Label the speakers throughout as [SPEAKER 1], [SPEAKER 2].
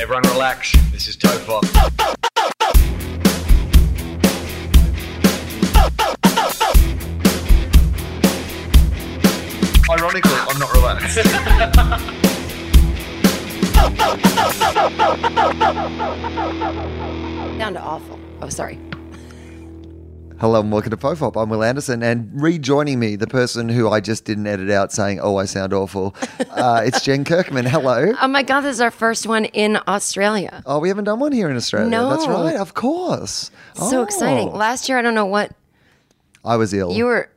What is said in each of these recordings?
[SPEAKER 1] Everyone relax. This is Topher. Ironically, I'm not relaxed.
[SPEAKER 2] Down to awful. Oh, sorry.
[SPEAKER 3] Hello and welcome to Pofop. I'm Will Anderson, and rejoining me, the person who I just didn't edit out saying, "Oh, I sound awful," uh, it's Jen Kirkman. Hello.
[SPEAKER 2] Oh my God, this is our first one in Australia.
[SPEAKER 3] Oh, we haven't done one here in Australia.
[SPEAKER 2] No.
[SPEAKER 3] that's right. Of course.
[SPEAKER 2] So
[SPEAKER 3] Oh.
[SPEAKER 2] exciting. Last year, I don't know what
[SPEAKER 3] I was ill.
[SPEAKER 2] you were.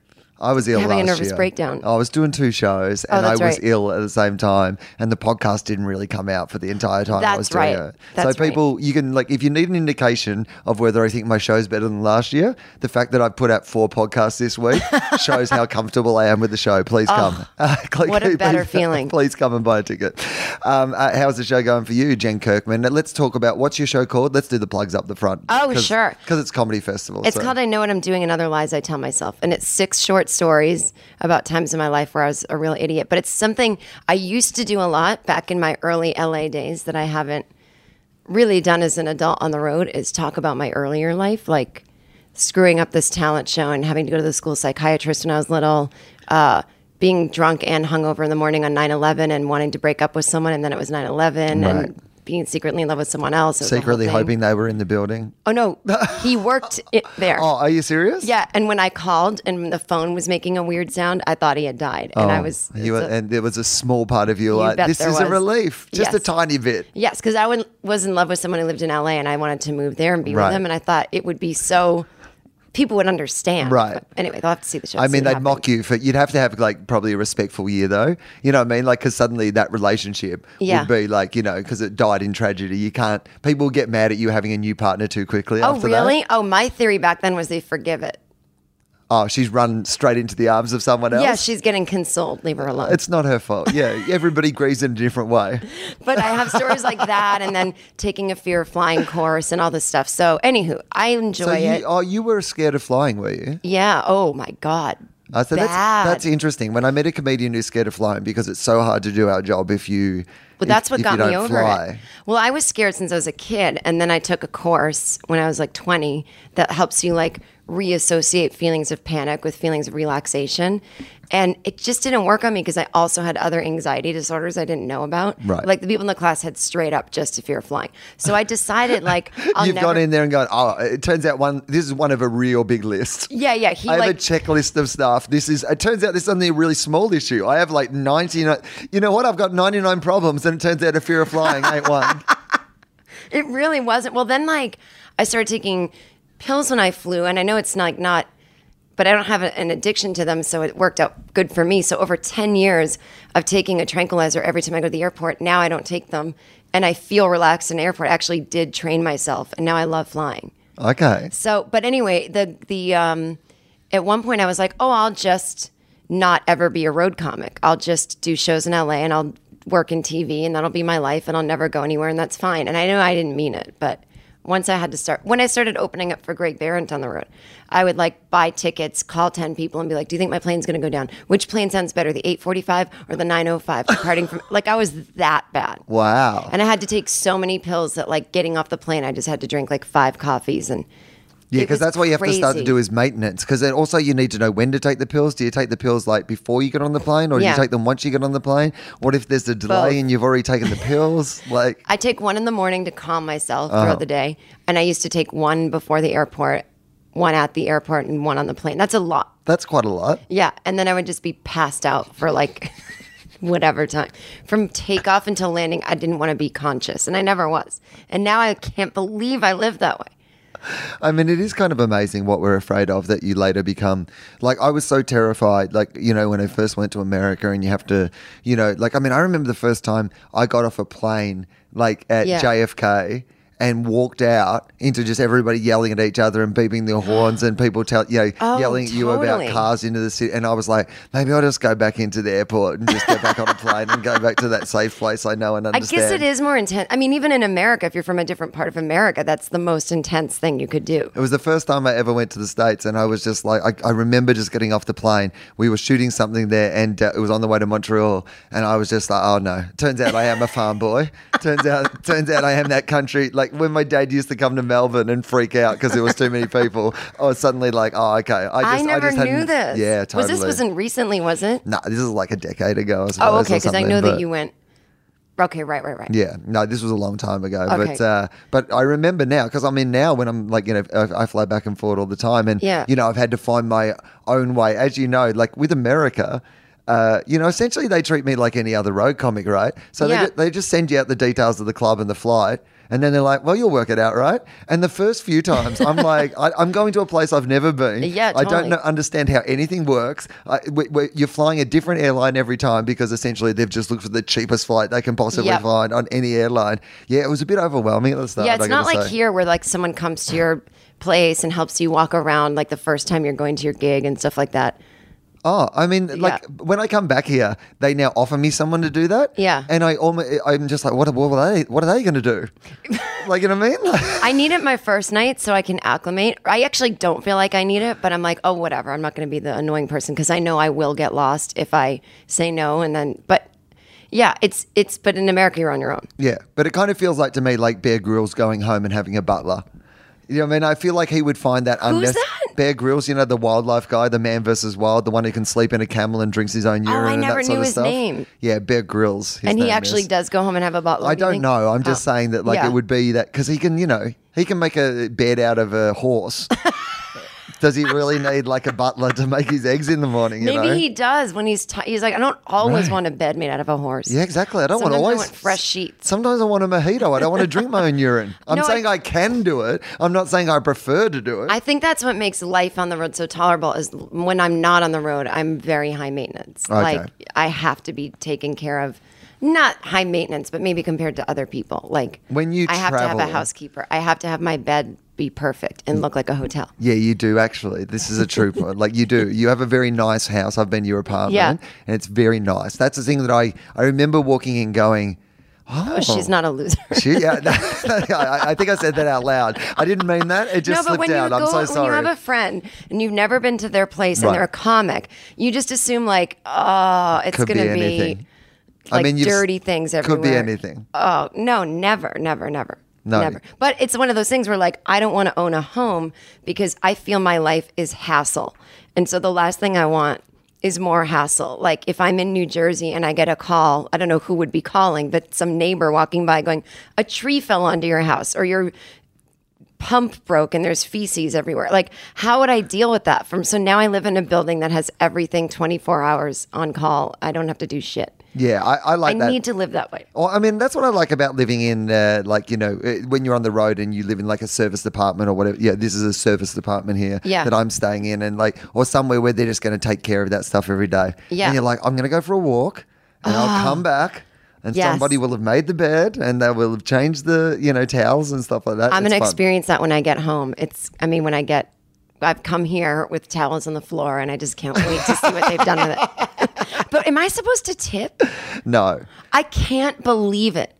[SPEAKER 3] I was ill
[SPEAKER 2] having a
[SPEAKER 3] last
[SPEAKER 2] nervous
[SPEAKER 3] year.
[SPEAKER 2] breakdown. Oh,
[SPEAKER 3] I was doing two shows, and I was
[SPEAKER 2] that's right.
[SPEAKER 3] ill at the same time, and the podcast didn't really come out for the entire time I
[SPEAKER 2] That's
[SPEAKER 3] was
[SPEAKER 2] right.
[SPEAKER 3] doing it.
[SPEAKER 2] That's
[SPEAKER 3] so people, you can like if you need an indication of whether I think my show's better than last year, the fact that I put out four podcasts this week shows how comfortable I am with the show. Please come. Uh, click-
[SPEAKER 2] Oh, what a better feeling.
[SPEAKER 3] Please come and buy a ticket. Um, uh, how's the show going for you, Jen Kirkman? Now, Let's talk about what's your show called. Let's do the plugs up the front.
[SPEAKER 2] Oh, sure.
[SPEAKER 3] Because it's comedy festival.
[SPEAKER 2] It's
[SPEAKER 3] so-
[SPEAKER 2] called I Know What I'm Doing and Other Lies I Tell Myself. And it's six short stories about times in my life where I was a real idiot. But it's something I used to do a lot back in my early LA days that I haven't really done as an adult on the road is talk about my earlier life, like screwing up this talent show and having to go to the school psychiatrist when I was little, uh, being drunk and hungover in the morning on 9 11 and wanting to break up with someone. And then it was 9 11
[SPEAKER 3] Right.
[SPEAKER 2] and being secretly in love with someone else. It was a whole
[SPEAKER 3] Secretly
[SPEAKER 2] thing.
[SPEAKER 3] hoping they were in the building.
[SPEAKER 2] Oh, no. He worked it there.
[SPEAKER 3] Oh, are you serious?
[SPEAKER 2] Yeah, and when I called and the phone was making a weird sound, I thought he had died, and I
[SPEAKER 3] Oh,
[SPEAKER 2] was
[SPEAKER 3] you
[SPEAKER 2] so-
[SPEAKER 3] were- and there was a small part of you, like
[SPEAKER 2] bet
[SPEAKER 3] this
[SPEAKER 2] there
[SPEAKER 3] is a
[SPEAKER 2] was.
[SPEAKER 3] relief, just a
[SPEAKER 2] Yes.
[SPEAKER 3] tiny bit.
[SPEAKER 2] yes, because I went- was in love with someone who lived in LA, and I wanted to move there and be
[SPEAKER 3] Right.
[SPEAKER 2] with him, and I thought it would be so people would understand.
[SPEAKER 3] Right.
[SPEAKER 2] But anyway, they'll have to see the show.
[SPEAKER 3] I mean, they'd mock you for you'd have to have like probably a respectful year though. You know what I mean? Like, because suddenly that relationship
[SPEAKER 2] Yeah.
[SPEAKER 3] would be like you know because it died in tragedy. You can't. People get mad at you having a new partner too quickly.
[SPEAKER 2] Oh,
[SPEAKER 3] after
[SPEAKER 2] really?
[SPEAKER 3] That.
[SPEAKER 2] Oh, my theory back then was they forgive it.
[SPEAKER 3] Oh, she's run straight into the arms of someone else.
[SPEAKER 2] Yeah, she's getting consoled. Leave her alone.
[SPEAKER 3] It's not her fault. Yeah, everybody grieves in a different way.
[SPEAKER 2] but I have stories like that, and then taking a fear of flying course and all this stuff. So, anywho, I enjoy
[SPEAKER 3] So
[SPEAKER 2] it.
[SPEAKER 3] you, oh, you were scared of flying, were you?
[SPEAKER 2] yeah. Oh my God.
[SPEAKER 3] I said
[SPEAKER 2] Bad.
[SPEAKER 3] that's that's interesting. When I met a comedian who's scared of flying because it's so hard to do our job if you if-
[SPEAKER 2] But that's what
[SPEAKER 3] if
[SPEAKER 2] got
[SPEAKER 3] you
[SPEAKER 2] me
[SPEAKER 3] don't
[SPEAKER 2] over
[SPEAKER 3] fly.
[SPEAKER 2] it. Well, I was scared since I was a kid, and then I took a course when I was like 20 that helps you like reassociate feelings of panic with feelings of relaxation. And it just didn't work on me because I also had other anxiety disorders I didn't know about.
[SPEAKER 3] Right.
[SPEAKER 2] Like the people in the class had straight up just a fear of flying. So I decided like I'll
[SPEAKER 3] You've
[SPEAKER 2] never
[SPEAKER 3] gone in there and gone, oh, it turns out one this is one of a real big list.
[SPEAKER 2] Yeah, yeah. He
[SPEAKER 3] I have
[SPEAKER 2] like
[SPEAKER 3] a checklist of stuff. This is it turns out this is only a really small issue. I have like 99 you know what? I've got 99 problems and it turns out a fear of flying ain't one.
[SPEAKER 2] It really wasn't. Well, then like I started taking pills when I flew, and I know it's like not, but I don't have a- an addiction to them, so it worked out good for me. So over ten years of taking a tranquilizer every time I go to the airport, now I don't take them, and I feel relaxed in the airport. I actually did train myself, and now I love flying.
[SPEAKER 3] Okay.
[SPEAKER 2] So, but anyway, the the um, at one point I was like, oh, I'll just not ever be a road comic. I'll just do shows in LA and I'll work in TV and that'll be my life and I'll never go anywhere and that's fine. And I know I didn't mean it, but once I had to start, when I started opening up for Greg Barrett on the road, I would like buy tickets, call 10 people and be like, do you think my plane's going to go down? Which plane sounds better, the 845 or the 905 departing from, like I was that bad.
[SPEAKER 3] Wow.
[SPEAKER 2] And I had to take so many pills that like getting off the plane, I just had to drink like five coffees and
[SPEAKER 3] yeah,
[SPEAKER 2] it
[SPEAKER 3] because
[SPEAKER 2] was
[SPEAKER 3] that's what you have to start to
[SPEAKER 2] crazy.
[SPEAKER 3] do is maintenance. Because then also you need to know when to take the pills. Do you take the pills like before you get on the plane, or do
[SPEAKER 2] Yeah.
[SPEAKER 3] you take them once you get on the plane? What if there's a delay
[SPEAKER 2] Both.
[SPEAKER 3] and you've already taken the pills? Like,
[SPEAKER 2] I take one in the morning to calm myself
[SPEAKER 3] Uh-huh.
[SPEAKER 2] throughout the day, and I used to take one before the airport, one at the airport, and one on the plane. That's a lot.
[SPEAKER 3] that's quite a lot.
[SPEAKER 2] Yeah, and then I would just be passed out for like whatever time from takeoff until landing. I didn't want to be conscious, and I never was. And now I can't believe I live that way.
[SPEAKER 3] I mean, it is kind of amazing what we're afraid of that you later become. Like, I was so terrified, like, you know, when I first went to America and you have to, you know, like, I mean, I remember the first time I got off a plane, like, at
[SPEAKER 2] Yeah.
[SPEAKER 3] JFK. and walked out into just everybody yelling at each other and beeping their horns and people tell you know,
[SPEAKER 2] Oh,
[SPEAKER 3] yelling at you about
[SPEAKER 2] totally.
[SPEAKER 3] cars into the city. And I was like, maybe I'll just go back into the airport and just get back on a plane and go back to that safe place I know and
[SPEAKER 2] I
[SPEAKER 3] understand.
[SPEAKER 2] guess it is more intense. I mean, even in America, if you're from a different part of America, that's the most intense thing you could do.
[SPEAKER 3] It was the first time I ever went to the States, and I was just like, I, I remember just getting off the plane. We were shooting something there, and uh, it was on the way to Montreal, and I was just like, oh no. Turns out I am a farm boy. Turns out, turns out I am that country. Like when my dad used to come to Melbourne and freak out because there was too many people, I was suddenly like, oh okay. I,
[SPEAKER 2] I,
[SPEAKER 3] just,
[SPEAKER 2] never
[SPEAKER 3] just hadn't-
[SPEAKER 2] knew this.
[SPEAKER 3] Yeah, totally.
[SPEAKER 2] Was this wasn't recently, was it?
[SPEAKER 3] Nah, this is like a decade ago. I
[SPEAKER 2] Oh,
[SPEAKER 3] suppose,
[SPEAKER 2] okay,
[SPEAKER 3] or
[SPEAKER 2] because I
[SPEAKER 3] something,
[SPEAKER 2] know
[SPEAKER 3] but-
[SPEAKER 2] that you went. Okay, right, right, right.
[SPEAKER 3] yeah, no, this was a long time ago,
[SPEAKER 2] Okay.
[SPEAKER 3] but uh, but I remember now because I mean now when I'm like you know I, I fly back and forth all the time, and
[SPEAKER 2] Yeah.
[SPEAKER 3] you know I've had to find my own way. As you know, like with America, uh, you know essentially they treat me like any other road comic, right? So
[SPEAKER 2] Yeah.
[SPEAKER 3] they, ju- they just send you out the details of the club and the flight. And then they're like, "Well, you'll work it out, right?" And the first few times, I'm like, I, "I'm going to a place I've never been.
[SPEAKER 2] Yeah,
[SPEAKER 3] I don't
[SPEAKER 2] totally.
[SPEAKER 3] know, understand how anything works. I, we, we, you're flying a different airline every time because essentially they've just looked for the cheapest flight they can possibly." that we
[SPEAKER 2] Yep.
[SPEAKER 3] find on any airline. Yeah, it was a bit overwhelming at the start.
[SPEAKER 2] Yeah, it's
[SPEAKER 3] I
[SPEAKER 2] not
[SPEAKER 3] gotta
[SPEAKER 2] like
[SPEAKER 3] say.
[SPEAKER 2] here where like someone comes to your place and helps you walk around like the first time you're going to your gig and stuff like that.
[SPEAKER 3] Oh, I mean, like
[SPEAKER 2] Yeah.
[SPEAKER 3] when I come back here, they now offer me someone to do that.
[SPEAKER 2] Yeah.
[SPEAKER 3] and I almost, I'm just like, what? What are they? What are they going to do? like, you know what I mean? Like,
[SPEAKER 2] I need it my first night so I can acclimate. I actually don't feel like I need it, but I'm like, oh, whatever. I'm not going to be the annoying person because I know I will get lost if I say no. And then, but yeah, it's it's. But in America, you're on your own.
[SPEAKER 3] yeah, but it kind of feels like to me like Bear Grylls going home and having a butler. You know what I mean? I feel like he would find that
[SPEAKER 2] Who's
[SPEAKER 3] unnecessary.
[SPEAKER 2] that?
[SPEAKER 3] Bear Grylls, you know, the wildlife guy, the man versus wild, the one who can sleep in a camel and drinks his own
[SPEAKER 2] Oh, I
[SPEAKER 3] urine and
[SPEAKER 2] never
[SPEAKER 3] that sort
[SPEAKER 2] knew
[SPEAKER 3] of
[SPEAKER 2] his
[SPEAKER 3] stuff.
[SPEAKER 2] name.
[SPEAKER 3] Yeah, Bear Grylls. his
[SPEAKER 2] and he
[SPEAKER 3] name
[SPEAKER 2] actually
[SPEAKER 3] is.
[SPEAKER 2] does go home and have a bottle.
[SPEAKER 3] I don't know. I'm just saying that like
[SPEAKER 2] Yeah.
[SPEAKER 3] it would be that because he can, you know, he can make a bed out of a horse. Does he really need like a butler to make his eggs in the morning? You
[SPEAKER 2] Maybe
[SPEAKER 3] know?
[SPEAKER 2] he does when he's t- he's like, I don't always
[SPEAKER 3] Right.
[SPEAKER 2] want a bed made out of a horse.
[SPEAKER 3] Yeah, exactly. I don't want
[SPEAKER 2] Sometimes I
[SPEAKER 3] always
[SPEAKER 2] want fresh sheets.
[SPEAKER 3] Sometimes I want a mojito. I don't want to drink my own urine. I'm
[SPEAKER 2] No, I-
[SPEAKER 3] saying I can do it. I'm not saying I prefer to do it.
[SPEAKER 2] I think that's what makes life on the road so tolerable is when I'm not on the road, I'm very high maintenance.
[SPEAKER 3] Okay.
[SPEAKER 2] Like I have to be taken care of. Not high maintenance, but maybe compared to other people. Like
[SPEAKER 3] When you
[SPEAKER 2] I have to have
[SPEAKER 3] travel-
[SPEAKER 2] a housekeeper. I have to have my bed be perfect and look like a hotel.
[SPEAKER 3] Yeah, you do actually. This is a true point. Like you do. You have a very nice house. I've been to your apartment
[SPEAKER 2] Yeah.
[SPEAKER 3] and it's very nice. That's the thing that I I remember walking in going, Oh,
[SPEAKER 2] She's not a loser.
[SPEAKER 3] She, yeah, I, I think I said that out loud. I didn't mean that. It just
[SPEAKER 2] no, but
[SPEAKER 3] slipped
[SPEAKER 2] when
[SPEAKER 3] out.
[SPEAKER 2] you
[SPEAKER 3] I'm
[SPEAKER 2] go
[SPEAKER 3] so
[SPEAKER 2] when you
[SPEAKER 3] sorry.
[SPEAKER 2] have a friend and you've never been to their place
[SPEAKER 3] Right.
[SPEAKER 2] and they're a comic, you just assume like, oh, it's
[SPEAKER 3] Could be
[SPEAKER 2] gonna be,
[SPEAKER 3] anything. I
[SPEAKER 2] like
[SPEAKER 3] mean, you've s-
[SPEAKER 2] dirty things everywhere.
[SPEAKER 3] could be anything.
[SPEAKER 2] Oh no, never, never, never.
[SPEAKER 3] No.
[SPEAKER 2] Never. But it's one of those things where like I don't want to own a home because I feel my life is hassle. And so the last thing I want is more hassle. Like if I'm in New Jersey and I get a call, I don't know who would be calling, but some neighbor walking by going, "A tree fell onto your house or your pump broke and there's feces everywhere." Like how would I deal with that? From so now I live in a building that has everything 24 hours on call. I don't have to do shit.
[SPEAKER 3] yeah, I, I
[SPEAKER 2] I
[SPEAKER 3] like that.
[SPEAKER 2] need to live that way.
[SPEAKER 3] Well, Oh, I mean, that's what I like about living in, uh, like, you know, uh, when you're on the road and you live in like a service department or whatever. Yeah, this is a service department here
[SPEAKER 2] Yeah.
[SPEAKER 3] that I'm staying in and like, or somewhere where they're just going to take care of that stuff every day.
[SPEAKER 2] Yeah. Ah.
[SPEAKER 3] And you're like, I'm going to go for a walk and I'll come back and
[SPEAKER 2] Yes.
[SPEAKER 3] somebody will have made the bed and they will have changed the, you know, towels and stuff like that.
[SPEAKER 2] I'm
[SPEAKER 3] It's
[SPEAKER 2] going to
[SPEAKER 3] fun.
[SPEAKER 2] experience that when I get home. It's, I mean, when I get, I've come here with towels on the floor and I just can't wait to see what they've done with it. but am I supposed to tip?
[SPEAKER 3] No.
[SPEAKER 2] I can't believe it.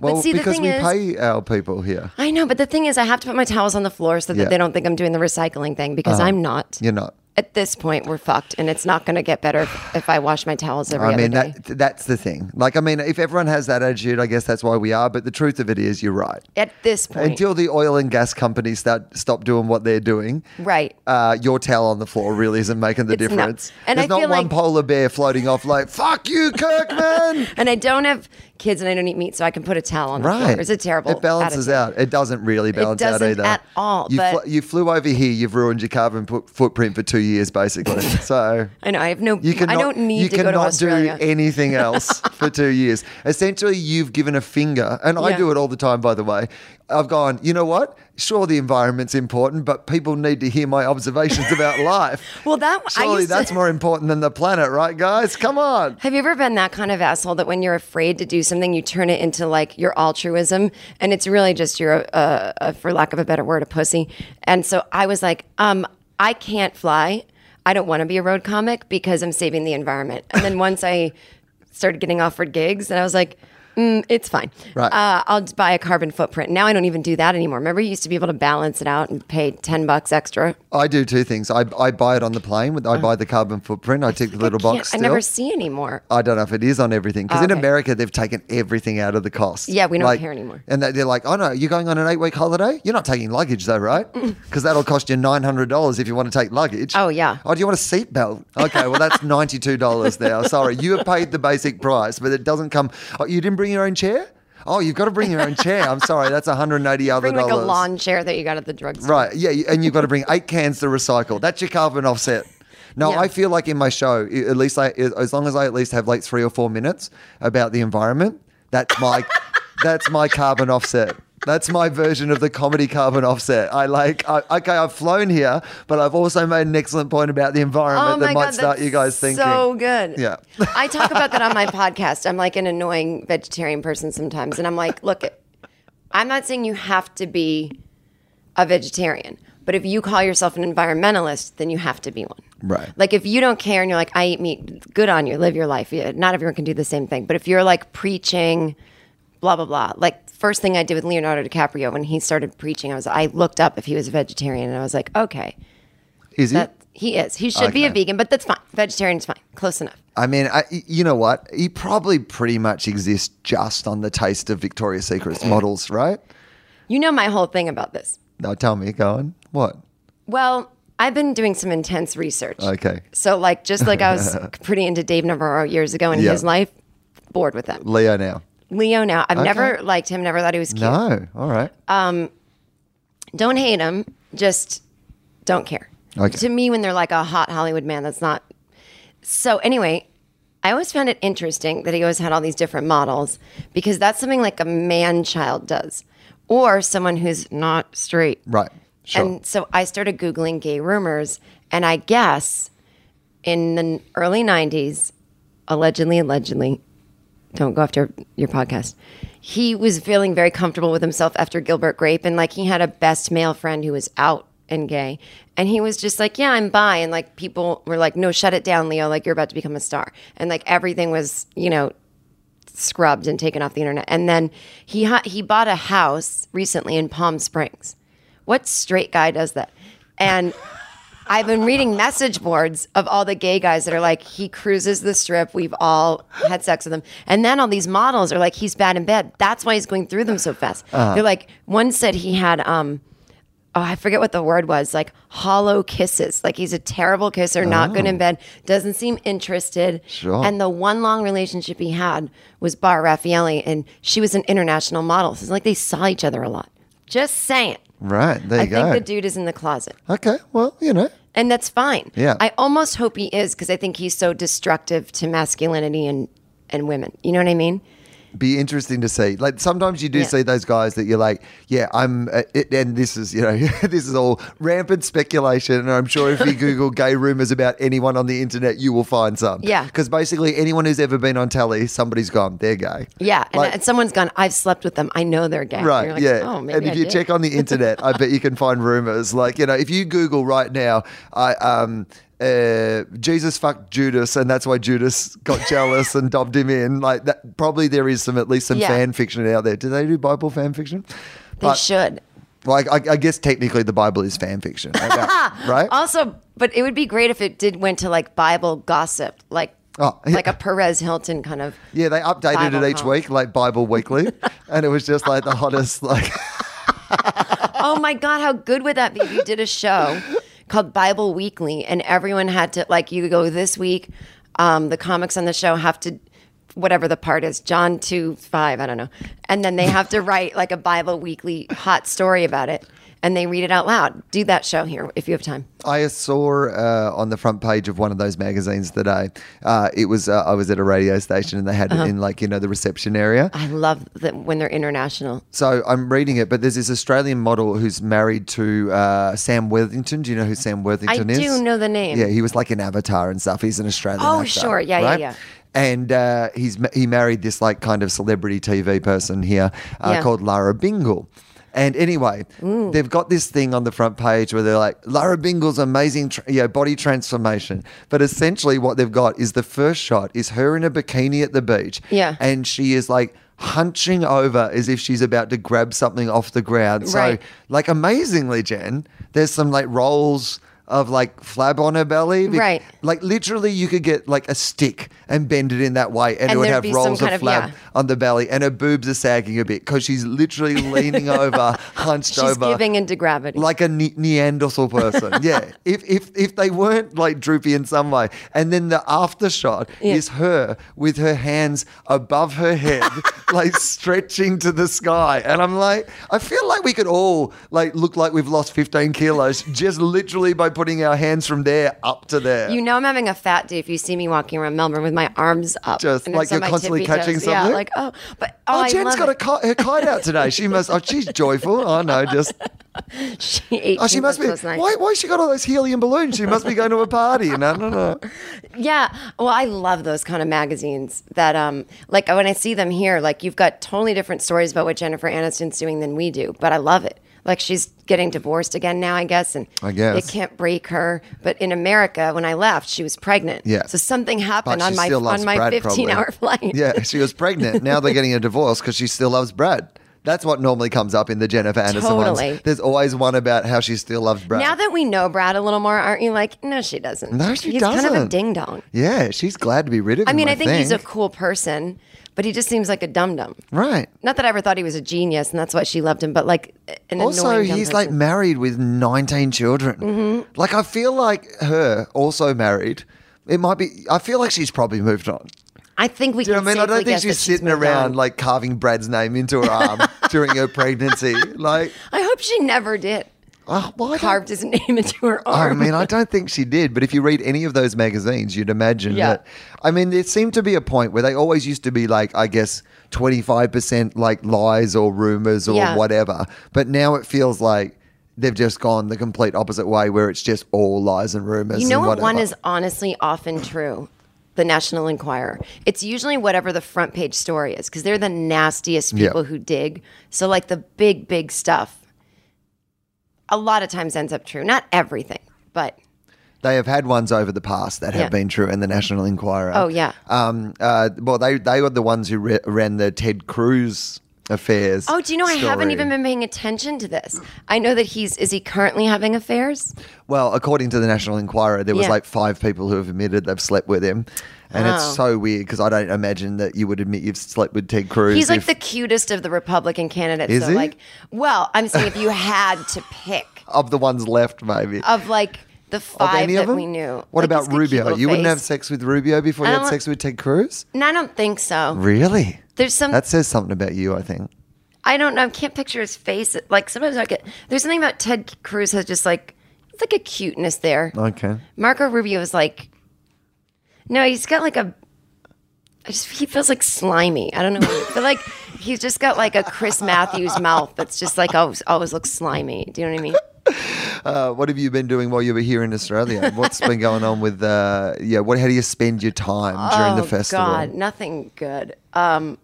[SPEAKER 3] Well,
[SPEAKER 2] but see, the
[SPEAKER 3] because
[SPEAKER 2] thing
[SPEAKER 3] we
[SPEAKER 2] is,
[SPEAKER 3] pay our people here.
[SPEAKER 2] I know, but the thing is, I have to put my towels on the floor so that
[SPEAKER 3] Yeah. Uh-huh.
[SPEAKER 2] they don't think I'm doing the recycling thing because I'm not.
[SPEAKER 3] You're not.
[SPEAKER 2] At this point, we're fucked, and it's not going to get better if, if I wash my towels every
[SPEAKER 3] I mean,
[SPEAKER 2] other day.
[SPEAKER 3] that, that's the thing. Like, I mean, if everyone has that attitude, I guess that's why we are. But the truth of it is, you're right.
[SPEAKER 2] At this point,
[SPEAKER 3] Until the oil and gas companies start stop doing what they're doing,
[SPEAKER 2] Right.
[SPEAKER 3] Uh, your towel on the floor really isn't making the
[SPEAKER 2] It's not.
[SPEAKER 3] difference.
[SPEAKER 2] And
[SPEAKER 3] There's
[SPEAKER 2] I
[SPEAKER 3] not
[SPEAKER 2] feel
[SPEAKER 3] one
[SPEAKER 2] like-
[SPEAKER 3] polar bear floating off like "fuck you, Kirkman."
[SPEAKER 2] and I don't have kids, and I don't eat meat, so I can put a towel on the floor.
[SPEAKER 3] right?
[SPEAKER 2] It's a terrible.
[SPEAKER 3] It balances
[SPEAKER 2] attitude.
[SPEAKER 3] out. It doesn't really balance
[SPEAKER 2] doesn't
[SPEAKER 3] out either
[SPEAKER 2] at all,
[SPEAKER 3] You,
[SPEAKER 2] but-
[SPEAKER 3] you flew over here. You've ruined your carbon put- footprint for two years basically. So
[SPEAKER 2] I know I have no.
[SPEAKER 3] you cannot,
[SPEAKER 2] I don't need
[SPEAKER 3] you
[SPEAKER 2] to go
[SPEAKER 3] cannot
[SPEAKER 2] to Australia.
[SPEAKER 3] do anything else for two years. Essentially, you've given a finger, and I
[SPEAKER 2] Yeah.
[SPEAKER 3] do it all the time, by the way. I've gone, you know what? Sure, the environment's important, but people need to hear my observations about life.
[SPEAKER 2] well, that I
[SPEAKER 3] Surely
[SPEAKER 2] used
[SPEAKER 3] that's
[SPEAKER 2] to,
[SPEAKER 3] more important than the planet, right, guys? Come on.
[SPEAKER 2] Have you ever been that kind of asshole that when you're afraid to do something, you turn it into like your altruism, and it's really just your, uh, uh, for lack of a better word, a pussy. And so I was like, um, I can't fly. I don't want to be a road comic because I'm saving the environment. And then once I started getting offered gigs, and I was like. Mm, it's fine.
[SPEAKER 3] Right.
[SPEAKER 2] Uh, I'll just buy a carbon footprint. Now I don't even do that anymore. Remember, you used to be able to balance it out and pay ten bucks extra.
[SPEAKER 3] I do two things. I, I buy it on the plane. with- I buy the carbon footprint. I tick the little
[SPEAKER 2] Can't-
[SPEAKER 3] box.
[SPEAKER 2] Mm. I
[SPEAKER 3] Still.
[SPEAKER 2] never see anymore.
[SPEAKER 3] I don't know if it is on everything because in
[SPEAKER 2] Ah, okay.
[SPEAKER 3] America they've taken everything out of the cost.
[SPEAKER 2] Yeah, we don't
[SPEAKER 3] Like-
[SPEAKER 2] care anymore.
[SPEAKER 3] And they- they're like, "Oh no, you're going on an eight-week holiday. You're not taking luggage though, right? Because that'll cost you nine hundred dollars if you want to take luggage.
[SPEAKER 2] Oh, yeah.
[SPEAKER 3] Oh, do you want a seatbelt? Okay, well that's ninety-two dollars now. Sorry, you have paid the basic price, but it doesn't come. Oh, you didn't bring your own chair. Oh, you've got to bring your own chair. I'm sorry, that's 180 other
[SPEAKER 2] Bring like
[SPEAKER 3] dollars.
[SPEAKER 2] a lawn chair that you got at the drugstore.
[SPEAKER 3] Right. Yeah. you- And you've got to bring eight cans to recycle. That's your carbon offset. No,
[SPEAKER 2] Yeah.
[SPEAKER 3] I feel like in my show, i- at least I, as long as I at least have like three or four minutes about the environment, that's my, that's my carbon offset. That's my version of the comedy carbon offset. I like, I, okay, I've flown here, but I've also made an excellent point about the
[SPEAKER 2] Oh
[SPEAKER 3] environment that might start you guys thinking.
[SPEAKER 2] So good.
[SPEAKER 3] Yeah.
[SPEAKER 2] I talk about that on my podcast. I'm like an annoying vegetarian person sometimes. And I'm like, look, I'm not saying you have to be a vegetarian, but if you call yourself an environmentalist, then you have to be one.
[SPEAKER 3] Right.
[SPEAKER 2] Like if you don't care and you're like, I eat meat, good on you, live your life. Yeah, Not everyone can do the same thing. But if you're like preaching, blah, blah, blah. Like first thing I did with Leonardo DiCaprio when he started preaching, I was I looked up if he was a vegetarian and I was like, okay.
[SPEAKER 3] Is it?
[SPEAKER 2] That he is. He should be a
[SPEAKER 3] Okay.
[SPEAKER 2] vegan, but that's fine. Vegetarian's fine. Close enough.
[SPEAKER 3] I mean, I, you know what? He probably pretty much exists just on the taste of Victoria's Secret's models, right?
[SPEAKER 2] You know my whole thing about this.
[SPEAKER 3] Now tell me, go on. What?
[SPEAKER 2] Well, I've been doing some intense research.
[SPEAKER 3] Okay.
[SPEAKER 2] So like just like I was pretty into Dave Navarro years ago in
[SPEAKER 3] Yeah.
[SPEAKER 2] his life, bored with him.
[SPEAKER 3] Leo now.
[SPEAKER 2] Leo now. I've never
[SPEAKER 3] Okay.
[SPEAKER 2] liked him, never thought he was cute.
[SPEAKER 3] No. All right.
[SPEAKER 2] Uh, Don't hate him, just don't care.
[SPEAKER 3] Okay.
[SPEAKER 2] To me when they're like a hot Hollywood man, that's not So anyway, I always found it interesting that he always had all these different models because that's something like a man child does or someone who's not straight.
[SPEAKER 3] right. Sure.
[SPEAKER 2] And so I started Googling gay rumors, and I guess in the early 90s, allegedly, allegedly, don't go after your podcast, he was feeling very comfortable with himself after Gilbert Grape. And like he had a best male friend who was out and gay. And he was just like, yeah, I'm bi. And like people were like, no, shut it down, Leo. Like you're about to become a star. And like everything was, you know, scrubbed and taken off the internet. And then he ha- he bought a house recently in Palm Springs. What straight guy does that? And I've been reading message boards of all the gay guys that are like, he cruises the strip. We've all had sex with him. And then all these models are like, he's bad in bed. That's why he's going through them so fast. They're like, one said he had, um, oh, I forget what the word was, like hollow kisses. Like he's a terrible kisser, not good in bed, doesn't seem interested.
[SPEAKER 3] Sure.
[SPEAKER 2] And the one long relationship he had was Bar Raffaelli, and she was an international model. So it's like they saw each other a lot. Just saying.
[SPEAKER 3] right. There you
[SPEAKER 2] I
[SPEAKER 3] go.
[SPEAKER 2] think the dude is in the closet
[SPEAKER 3] okay. Well, you know.
[SPEAKER 2] and that's fine.
[SPEAKER 3] Yeah.
[SPEAKER 2] I almost hope he is because I think he's so destructive to masculinity and and women. You know what I mean?
[SPEAKER 3] be interesting to see. Like sometimes you do
[SPEAKER 2] Yeah.
[SPEAKER 3] see those guys that you're like, yeah, I'm, uh, it, and this is you know this is all rampant speculation, and I'm sure if you Google gay rumors about anyone on the internet, you will find some.
[SPEAKER 2] Yeah.
[SPEAKER 3] because basically anyone who's ever been on telly, somebody's gone, they're gay.
[SPEAKER 2] Yeah. And,
[SPEAKER 3] Like-
[SPEAKER 2] and someone's gone. I've slept with them. I know they're gay. And
[SPEAKER 3] Right.
[SPEAKER 2] you're like,
[SPEAKER 3] yeah.
[SPEAKER 2] Oh, maybe
[SPEAKER 3] and if
[SPEAKER 2] I
[SPEAKER 3] you
[SPEAKER 2] did."
[SPEAKER 3] check on the internet, I bet you can find rumors. Like you know, if you Google right now, I um. Uh, Jesus fucked Judas, and that's why Judas got jealous and dobbed him in. Like that, probably there is some at least some
[SPEAKER 2] Yeah.
[SPEAKER 3] fan fiction out there. Do they do Bible fan fiction?
[SPEAKER 2] they should.
[SPEAKER 3] Like, I, I guess technically the Bible is fan fiction, about- right?
[SPEAKER 2] Also, but it would be great if it did went to like Bible gossip, like
[SPEAKER 3] Oh, yeah.
[SPEAKER 2] like a Perez Hilton kind of.
[SPEAKER 3] Yeah, they updated
[SPEAKER 2] Bible
[SPEAKER 3] it each
[SPEAKER 2] hub.
[SPEAKER 3] week, like Bible Weekly, and it was just like the hottest. Like,
[SPEAKER 2] oh my god, how good would that be if you did a show called Bible Weekly and everyone had to like you go this week, um, the comics on the show have to whatever the part is, John 2 5, I don't know. And then they have to write like a Bible weekly hot story about it and they read it out loud. Do that show here if you have time.
[SPEAKER 3] I saw uh, on the front page of one of those magazines today. Uh, it was uh, I was at a radio station and they had it in like you know the reception area.
[SPEAKER 2] I love that when they're international.
[SPEAKER 3] So I'm reading it, but there's this Australian model who's married to uh, Sam Worthington. Do you know who Sam Worthington is?
[SPEAKER 2] do know the name.
[SPEAKER 3] Yeah, he was like an Avatar and stuff. He's an Australian.
[SPEAKER 2] Oh,
[SPEAKER 3] actor,
[SPEAKER 2] sure. Yeah, yeah,
[SPEAKER 3] right?
[SPEAKER 2] yeah.
[SPEAKER 3] And uh, he's ma- he married this like kind of celebrity TV person here uh,
[SPEAKER 2] Yeah.
[SPEAKER 3] called Lara Bingle. And anyway, they've got this thing on the front page where they're like Lara Bingle's amazing, tr- you know, body transformation. But essentially, what they've got is the first shot is her in a bikini at the beach,
[SPEAKER 2] Yeah.
[SPEAKER 3] and she is like hunching over as if she's about to grab something off the ground. So,
[SPEAKER 2] Right.
[SPEAKER 3] like, amazingly, Jen, there's some like rolls of like flab on her belly. Be-
[SPEAKER 2] Right.
[SPEAKER 3] Like, literally, you could get like a stick and bend it in that way, and, it
[SPEAKER 2] And
[SPEAKER 3] would
[SPEAKER 2] there'd
[SPEAKER 3] have
[SPEAKER 2] be some
[SPEAKER 3] rolls of
[SPEAKER 2] kind
[SPEAKER 3] flab
[SPEAKER 2] of- yeah.
[SPEAKER 3] on the belly, and her boobs are sagging a bit because she's literally leaning over, hunched
[SPEAKER 2] She's
[SPEAKER 3] over.
[SPEAKER 2] giving into gravity.
[SPEAKER 3] like a ne- Neanderthal person, yeah. If if if they weren't like droopy in some way, and then the after shot
[SPEAKER 2] Yeah.
[SPEAKER 3] is her with her hands above her head, like stretching to the sky, and I'm like, I feel like we could all like look like we've lost 15 kilos just literally by putting our hands from there up to there.
[SPEAKER 2] you know I'm having a fat day if you see me walking around Melbourne with my arms up.
[SPEAKER 3] Just
[SPEAKER 2] and it's
[SPEAKER 3] like
[SPEAKER 2] on
[SPEAKER 3] you're
[SPEAKER 2] my
[SPEAKER 3] constantly
[SPEAKER 2] tippy
[SPEAKER 3] catching
[SPEAKER 2] toes.
[SPEAKER 3] something?
[SPEAKER 2] Yeah, like, oh, but oh,
[SPEAKER 3] Oh,
[SPEAKER 2] I
[SPEAKER 3] Jen's
[SPEAKER 2] love
[SPEAKER 3] got
[SPEAKER 2] it.
[SPEAKER 3] a ki- her kite out today. She must. Oh, she's joyful. Oh no, just.
[SPEAKER 2] She ate
[SPEAKER 3] Oh, she
[SPEAKER 2] too
[SPEAKER 3] must
[SPEAKER 2] much
[SPEAKER 3] be.
[SPEAKER 2] last night.
[SPEAKER 3] Why? Why she got all those helium balloons? She must be going to a party. No, no, no.
[SPEAKER 2] Yeah. Well, I love those kind of magazines that, um, like, when I see them here, like, you've got totally different stories about what Jennifer Aniston's doing than we do, but I love it. Like, she's getting divorced again now, I guess, and
[SPEAKER 3] I guess.
[SPEAKER 2] it can't break her. But in America, when I left, she was pregnant.
[SPEAKER 3] Yeah.
[SPEAKER 2] So something
[SPEAKER 3] But
[SPEAKER 2] happened
[SPEAKER 3] she
[SPEAKER 2] on my
[SPEAKER 3] still loves
[SPEAKER 2] on my
[SPEAKER 3] Brad,
[SPEAKER 2] 15 hour
[SPEAKER 3] probably.
[SPEAKER 2] flight.
[SPEAKER 3] Yeah, she was pregnant. Now they're getting a divorce because she still loves Brad. That's what normally comes up in the Jennifer Anderson
[SPEAKER 2] Totally.
[SPEAKER 3] ones. There's always one about how she still loves Brad.
[SPEAKER 2] Now that we know Brad a little more, aren't you like, no, she doesn't.
[SPEAKER 3] No, she
[SPEAKER 2] He's kind of a
[SPEAKER 3] doesn't. Mm,
[SPEAKER 2] ding dong.
[SPEAKER 3] yeah, she's glad to be rid of him.
[SPEAKER 2] I mean, I think, he's a cool person, but he just seems like a dum dum.
[SPEAKER 3] right.
[SPEAKER 2] Not that I ever thought he was a genius, and that's why she loved him. But like, an
[SPEAKER 3] Also,
[SPEAKER 2] annoying dumb
[SPEAKER 3] he's like
[SPEAKER 2] person. Mm-hmm.
[SPEAKER 3] married with 19 children. Like, I feel like her also married. It might be. I feel like she's probably moved on.
[SPEAKER 2] I think we.
[SPEAKER 3] Do you know
[SPEAKER 2] can
[SPEAKER 3] what I mean? I
[SPEAKER 2] safely
[SPEAKER 3] don't think
[SPEAKER 2] guess that
[SPEAKER 3] she's sitting
[SPEAKER 2] moved
[SPEAKER 3] around
[SPEAKER 2] on.
[SPEAKER 3] like carving Brad's name into her arm during her pregnancy. Like,
[SPEAKER 2] I hope she never did.
[SPEAKER 3] oh, why don't-
[SPEAKER 2] Carved his name into her
[SPEAKER 3] I
[SPEAKER 2] arm.
[SPEAKER 3] mean, I don't think she did, but if you read any of those magazines, you'd imagine
[SPEAKER 2] Yeah.
[SPEAKER 3] that. I mean, there seemed to be a point where they always used to be like, I guess, 25% like lies or rumors or
[SPEAKER 2] Yeah.
[SPEAKER 3] whatever. But now it feels like they've just gone the complete opposite way where it's just all lies and rumors.
[SPEAKER 2] you know
[SPEAKER 3] and
[SPEAKER 2] what? One
[SPEAKER 3] whatever.
[SPEAKER 2] is honestly often true. The National Enquirer. It's usually whatever the front page story is because they're the nastiest
[SPEAKER 3] Yeah.
[SPEAKER 2] people who dig. So like the big, big stuff. A lot of times ends up true. Not everything, but
[SPEAKER 3] They have had ones over the past that have
[SPEAKER 2] Yeah.
[SPEAKER 3] been true in the National Enquirer.
[SPEAKER 2] Oh, yeah.
[SPEAKER 3] Um, uh, well, they, they were the ones who re- ran the Ted Cruz affairs.
[SPEAKER 2] oh, do you know I haven't
[SPEAKER 3] story.
[SPEAKER 2] even been paying attention to this? I know that he's is he currently having affairs?
[SPEAKER 3] Well, according to the National Enquirer, there was
[SPEAKER 2] Yeah.
[SPEAKER 3] like five people who have admitted they've slept with him, and
[SPEAKER 2] Wow.
[SPEAKER 3] it's so weird because I don't imagine that you would admit you've slept with Ted Cruz.
[SPEAKER 2] He's like
[SPEAKER 3] if-
[SPEAKER 2] the cutest of the Republican candidates.
[SPEAKER 3] Is
[SPEAKER 2] so
[SPEAKER 3] he?
[SPEAKER 2] like, well, I'm saying if you had to pick
[SPEAKER 3] of the ones left, maybe.
[SPEAKER 2] of like the
[SPEAKER 3] Of
[SPEAKER 2] five
[SPEAKER 3] any of
[SPEAKER 2] that
[SPEAKER 3] them?
[SPEAKER 2] we knew.
[SPEAKER 3] What
[SPEAKER 2] Like, he's
[SPEAKER 3] about
[SPEAKER 2] got a cute
[SPEAKER 3] Rubio?
[SPEAKER 2] little
[SPEAKER 3] You wouldn't have
[SPEAKER 2] face. Um,
[SPEAKER 3] sex with Rubio before
[SPEAKER 2] I
[SPEAKER 3] you had
[SPEAKER 2] don't-
[SPEAKER 3] sex with Ted Cruz?
[SPEAKER 2] No, I don't think so.
[SPEAKER 3] Really?
[SPEAKER 2] There's some.
[SPEAKER 3] That says something about you, I think.
[SPEAKER 2] I don't know. I can't picture his face. Like sometimes I get. There's something about Ted Cruz has just like it's like a cuteness there.
[SPEAKER 3] Okay.
[SPEAKER 2] Marco Rubio is like. No, he's got like a. I just he feels like slimy. I don't know, what- but like he's just got like a Chris Matthews mouth that's just like always always looks slimy. Do you know what I mean?
[SPEAKER 3] Uh, what have you been doing while you were here in Australia? What's been going on with uh, yeah? What? How do you spend your time during the festival?
[SPEAKER 2] Oh, God, nothing good. Uh,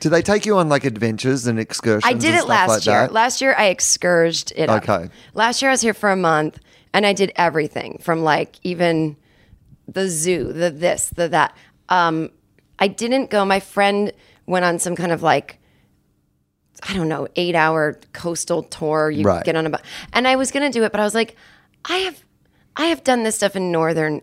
[SPEAKER 3] Do they take you on like adventures and excursions?
[SPEAKER 2] I did
[SPEAKER 3] and
[SPEAKER 2] it
[SPEAKER 3] stuff
[SPEAKER 2] last
[SPEAKER 3] like
[SPEAKER 2] year.
[SPEAKER 3] That?
[SPEAKER 2] Last year I excurged it. up.
[SPEAKER 3] Okay.
[SPEAKER 2] Last year I was here for a month and I did everything from like even the zoo, the this, the that. Um, I didn't go. My friend went on some kind of like I don't know, eight hour coastal tour. You
[SPEAKER 3] Right.
[SPEAKER 2] get on a boat. And I was gonna do it, but I was like, I have I have done this stuff in northern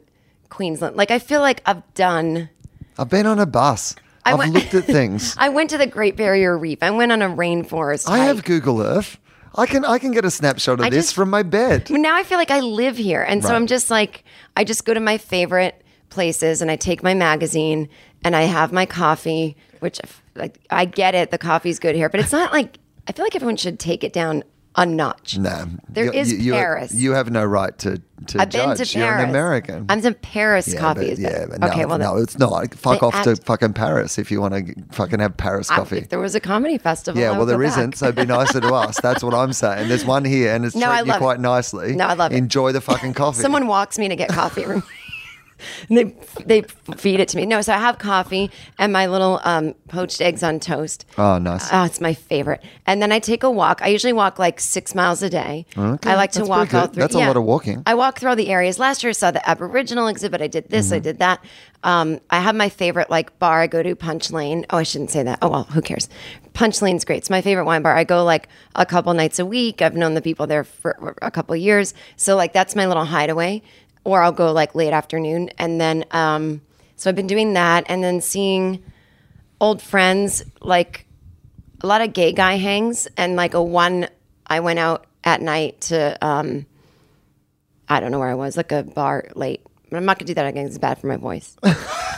[SPEAKER 2] Queensland. Like I feel like I've done
[SPEAKER 3] I've been on a bus. I have
[SPEAKER 2] went-
[SPEAKER 3] looked at things.
[SPEAKER 2] I went to the Great Barrier Reef. I went on a rainforest.
[SPEAKER 3] I
[SPEAKER 2] hike.
[SPEAKER 3] have Google Earth. I can I can get a snapshot of
[SPEAKER 2] I
[SPEAKER 3] this
[SPEAKER 2] just-
[SPEAKER 3] from my bed.
[SPEAKER 2] now I feel like I live here. And so
[SPEAKER 3] Right.
[SPEAKER 2] I'm just like, I just go to my favorite places and I take my magazine and I have my coffee, which like I get it, the coffee's good here, but it's not like I feel like everyone should take it down a notch.
[SPEAKER 3] Nah,
[SPEAKER 2] There
[SPEAKER 3] you,
[SPEAKER 2] is
[SPEAKER 3] you- you-
[SPEAKER 2] Paris.
[SPEAKER 3] You have no right to, to
[SPEAKER 2] I've been
[SPEAKER 3] judge.
[SPEAKER 2] to Paris.
[SPEAKER 3] You're an American.
[SPEAKER 2] I'm to Paris
[SPEAKER 3] yeah,
[SPEAKER 2] coffee.
[SPEAKER 3] But,
[SPEAKER 2] is
[SPEAKER 3] yeah,
[SPEAKER 2] better.
[SPEAKER 3] but no,
[SPEAKER 2] okay, well,
[SPEAKER 3] no,
[SPEAKER 2] then-
[SPEAKER 3] it's not. Fuck
[SPEAKER 2] they
[SPEAKER 3] off to
[SPEAKER 2] act-
[SPEAKER 3] fucking Paris if you want to fucking have Paris
[SPEAKER 2] I-
[SPEAKER 3] coffee.
[SPEAKER 2] if there was a comedy festival,
[SPEAKER 3] Yeah,
[SPEAKER 2] I
[SPEAKER 3] well,
[SPEAKER 2] would go
[SPEAKER 3] there isn't,
[SPEAKER 2] back.
[SPEAKER 3] so be nicer to us. That's what I'm saying. There's one here, and it's
[SPEAKER 2] No, I
[SPEAKER 3] treating you
[SPEAKER 2] love it.
[SPEAKER 3] quite nicely.
[SPEAKER 2] No, I love it.
[SPEAKER 3] Enjoy the fucking coffee.
[SPEAKER 2] Someone walks me to get coffee. and they they feed it to me. No, so I have coffee and my little um, poached eggs on toast.
[SPEAKER 3] Oh, nice.
[SPEAKER 2] Oh, it's my favorite. And then I take a walk. I usually walk like six miles a day. I like to
[SPEAKER 3] that's
[SPEAKER 2] walk
[SPEAKER 3] pretty
[SPEAKER 2] all
[SPEAKER 3] good.
[SPEAKER 2] through.
[SPEAKER 3] That's a lot of walking.
[SPEAKER 2] I walk through all the areas. Last year, I saw the Aboriginal exhibit. I did
[SPEAKER 3] Mm-hmm.
[SPEAKER 2] this. I did that. Um, I have my favorite like bar. I go to Punch Lane. Oh, I shouldn't say that. Oh well, who cares? Punch Lane's great. It's my favorite wine bar. I go like a couple nights a week. I've known the people there for a couple years. So like that's my little hideaway. Or I'll go like late afternoon, and then um, so I've been doing that, and then seeing old friends like a lot of gay guy hangs and like a one i went out at night to um i don't know where i was like a bar late i'm not gonna do that again 'cause it's bad for my voice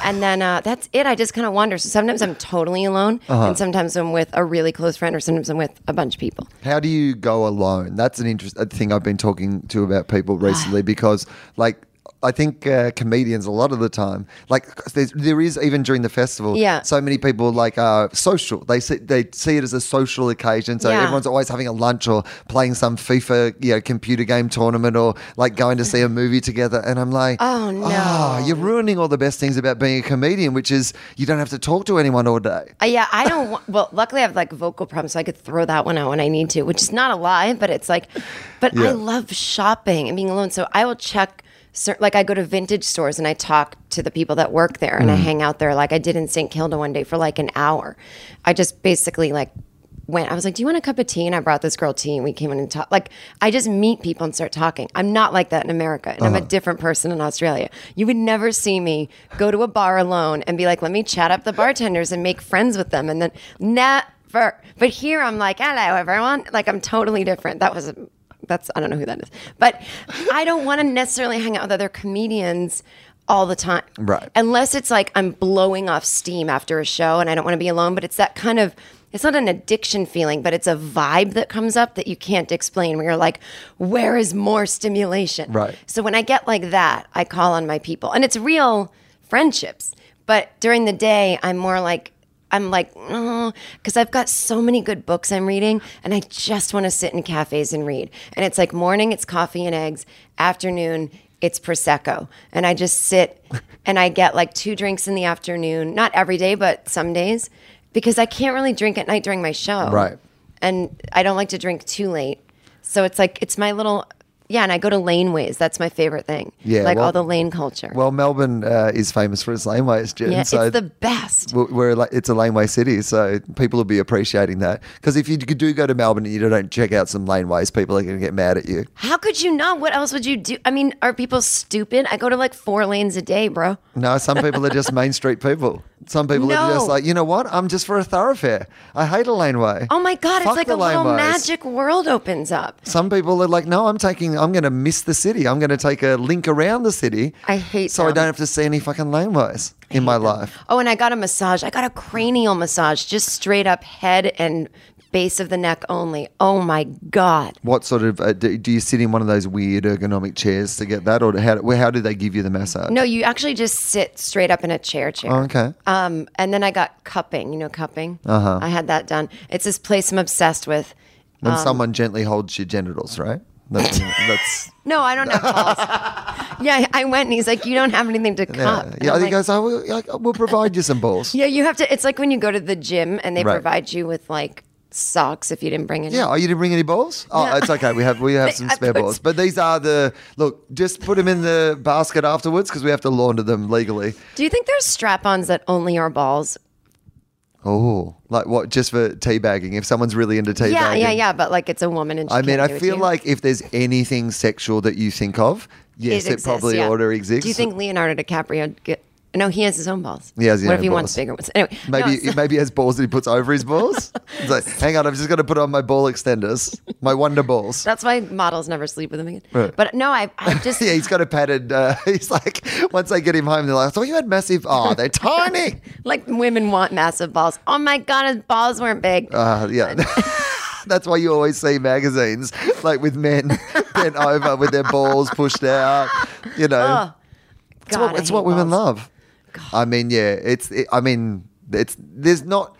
[SPEAKER 2] and then uh, that's it i just kind of wander so sometimes i'm totally alone and sometimes i'm with a really close friend or sometimes i'm with a bunch of people
[SPEAKER 3] How do you go alone? That's an interesting thing I've been talking to about people
[SPEAKER 2] Ah.
[SPEAKER 3] recently because, like, I think uh, comedians a lot of the time, like, 'cause there's, there is even during the festival,
[SPEAKER 2] Yeah.
[SPEAKER 3] so many people like are social. They see they see it as a social occasion, so
[SPEAKER 2] Yeah.
[SPEAKER 3] everyone's always having a lunch or playing some FIFA, you know, computer game tournament or like going to see a movie together. And I'm like,
[SPEAKER 2] Oh, no.
[SPEAKER 3] "Ah, you're ruining all the best things about being a comedian, which is you don't have to talk to anyone all day.
[SPEAKER 2] Uh, yeah, I don't. wa- well, luckily I have like vocal problems, so I could throw that one out when I need to, which is not a lie, but it's like, but
[SPEAKER 3] Yeah.
[SPEAKER 2] I love shopping and being alone, so I will check. cer- Like I go to vintage stores and I talk to the people that work there, and I hang out there. Like I did in St. Kilda one day for like an hour. I just basically like went. I was like, "Do you want a cup of tea?" And I brought this girl tea, and we came in and talked. Like I just meet people and start talking. I'm not like that in America, and I'm a different person in Australia. You would never see me go to a bar alone and be like, "Let me chat up the bartenders and make friends with them," and then never. But here, I'm like, "Hello, everyone!" Like I'm totally different. That was that's I don't know who that is, but I don't want to necessarily hang out with other comedians all the time,
[SPEAKER 3] Right.
[SPEAKER 2] Unless it's like I'm blowing off steam after a show and I don't want to be alone, but it's that kind of it's not an addiction feeling, but it's a vibe that comes up that you can't explain where you're like, where is more stimulation?
[SPEAKER 3] Right.
[SPEAKER 2] So when I get like that, I call on my people. And it's real friendships. But during the day, I'm more like, I'm like, oh, because I've got so many good books I'm reading, and I just want to sit in cafes and read. And it's like morning, it's coffee and eggs. Afternoon, it's Prosecco. And I just sit and I get like two drinks in the afternoon, not every day, but some days, because I can't really drink at night during my show.
[SPEAKER 3] Right.
[SPEAKER 2] And I don't like to drink too late. So it's like, it's my little, yeah. And I go to laneways. That's my favorite thing.
[SPEAKER 3] Yeah,
[SPEAKER 2] Like
[SPEAKER 3] well-
[SPEAKER 2] all the lane culture.
[SPEAKER 3] Well, Melbourne uh, is famous for its laneways, Jen.
[SPEAKER 2] yeah.
[SPEAKER 3] so
[SPEAKER 2] it's the best.
[SPEAKER 3] we're, we're like it's a laneway city, so people will be appreciating that. Because if you do go to Melbourne and you don't check out some laneways, people are going to get mad at you.
[SPEAKER 2] How could you not? What else would you do? I mean, are people stupid? I go to like four lanes a day, bro.
[SPEAKER 3] No, some people are just Main Street people. Some people are just
[SPEAKER 2] No.
[SPEAKER 3] like, you know what? I'm just for a thoroughfare. I hate a laneway.
[SPEAKER 2] Oh my God.
[SPEAKER 3] Fuck
[SPEAKER 2] it's like
[SPEAKER 3] the
[SPEAKER 2] a little
[SPEAKER 3] laneways.
[SPEAKER 2] magic world opens up.
[SPEAKER 3] Some people are like, no, I'm taking, I'm going to miss the city. I'm going to take a link around the city.
[SPEAKER 2] I hate
[SPEAKER 3] So I
[SPEAKER 2] them.
[SPEAKER 3] don't have to see any fucking laneways in my life.
[SPEAKER 2] Oh, and I got a massage. I got a cranial massage, just straight up head and base of the neck only. Oh my God.
[SPEAKER 3] What sort of uh, do, do you sit in one of those weird ergonomic chairs to get that, or how, how do they give you the massage?
[SPEAKER 2] No, you actually just sit straight up in a chair chair.
[SPEAKER 3] Oh, okay.
[SPEAKER 2] Um, and then I got cupping, you know, cupping. Uh-huh. I had that done. It's this place I'm obsessed with.
[SPEAKER 3] When
[SPEAKER 2] Um,
[SPEAKER 3] someone gently holds your genitals, right? That's, that's
[SPEAKER 2] No, I don't have balls. yeah, I went and he's like, you don't have anything to cup.
[SPEAKER 3] yeah.
[SPEAKER 2] And
[SPEAKER 3] yeah
[SPEAKER 2] I'm
[SPEAKER 3] I think
[SPEAKER 2] like,
[SPEAKER 3] goes, oh, we'll, yeah, we'll provide you some balls. yeah.
[SPEAKER 2] yeah, you have to. It's like when you go to the gym and they
[SPEAKER 3] Right.
[SPEAKER 2] provide you with like socks if you didn't bring it.
[SPEAKER 3] Oh, you didn't bring any balls? Oh, it's okay. We have we have some
[SPEAKER 2] I
[SPEAKER 3] spare
[SPEAKER 2] put-
[SPEAKER 3] balls, but these are the look. Just put them in the basket afterwards because we have to launder them legally.
[SPEAKER 2] Do you think there's strap-ons that only are balls?
[SPEAKER 3] Oh, like what? Just for teabagging? If someone's really into teabagging,
[SPEAKER 2] Yeah, yeah, yeah. But like, it's a woman and she
[SPEAKER 3] I mean,
[SPEAKER 2] can't do
[SPEAKER 3] I
[SPEAKER 2] it
[SPEAKER 3] feel
[SPEAKER 2] to you.
[SPEAKER 3] like if there's anything sexual that you think of, yes, it,
[SPEAKER 2] exists,
[SPEAKER 3] probably
[SPEAKER 2] yeah.
[SPEAKER 3] order exists.
[SPEAKER 2] Do you think Leonardo DiCaprio g- No, he has his own balls.
[SPEAKER 3] He has his
[SPEAKER 2] What
[SPEAKER 3] own
[SPEAKER 2] if he wants
[SPEAKER 3] balls.
[SPEAKER 2] bigger ones? Anyway, no,
[SPEAKER 3] Maybe
[SPEAKER 2] so-
[SPEAKER 3] maybe he has balls that he puts over his balls. It's like, hang on, I've just got to put on my ball extenders, my wonder balls.
[SPEAKER 2] that's why models never sleep with him again.
[SPEAKER 3] Right.
[SPEAKER 2] But no, I, I just
[SPEAKER 3] yeah, he's got a padded. Uh, he's like, once they get him home, they're like, I thought you had massive. Oh, they're tiny.
[SPEAKER 2] like women want massive balls. Oh my god, his balls weren't big.
[SPEAKER 3] Uh, yeah. That's why you always see magazines like with men bent over with their balls pushed out. You know,
[SPEAKER 2] oh,
[SPEAKER 3] it's what,
[SPEAKER 2] God, I
[SPEAKER 3] it's what
[SPEAKER 2] hate
[SPEAKER 3] women
[SPEAKER 2] balls.
[SPEAKER 3] love. I mean, yeah, it's. It, I mean, it's. There's not.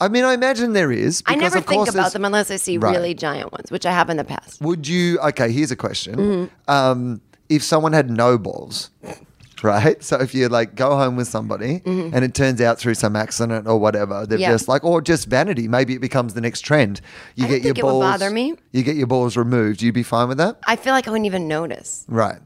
[SPEAKER 3] I mean, I imagine there is.
[SPEAKER 2] I
[SPEAKER 3] because,
[SPEAKER 2] never
[SPEAKER 3] of course
[SPEAKER 2] think about
[SPEAKER 3] there's-
[SPEAKER 2] them unless I see
[SPEAKER 3] Right.
[SPEAKER 2] really giant ones, which I have in the past.
[SPEAKER 3] Would you? Okay, here's a question.
[SPEAKER 2] Mm-hmm.
[SPEAKER 3] Um, if someone had no balls, right? So if you like go home with somebody and it turns out through some accident or whatever, they're
[SPEAKER 2] Mm-hmm. Yeah.
[SPEAKER 3] just like, or just vanity. Maybe it becomes the next trend. You
[SPEAKER 2] I
[SPEAKER 3] get
[SPEAKER 2] don't
[SPEAKER 3] your
[SPEAKER 2] think it would
[SPEAKER 3] balls.
[SPEAKER 2] bother me.
[SPEAKER 3] You get your balls removed. You'd be fine with that,
[SPEAKER 2] I feel like I wouldn't even notice.
[SPEAKER 3] right?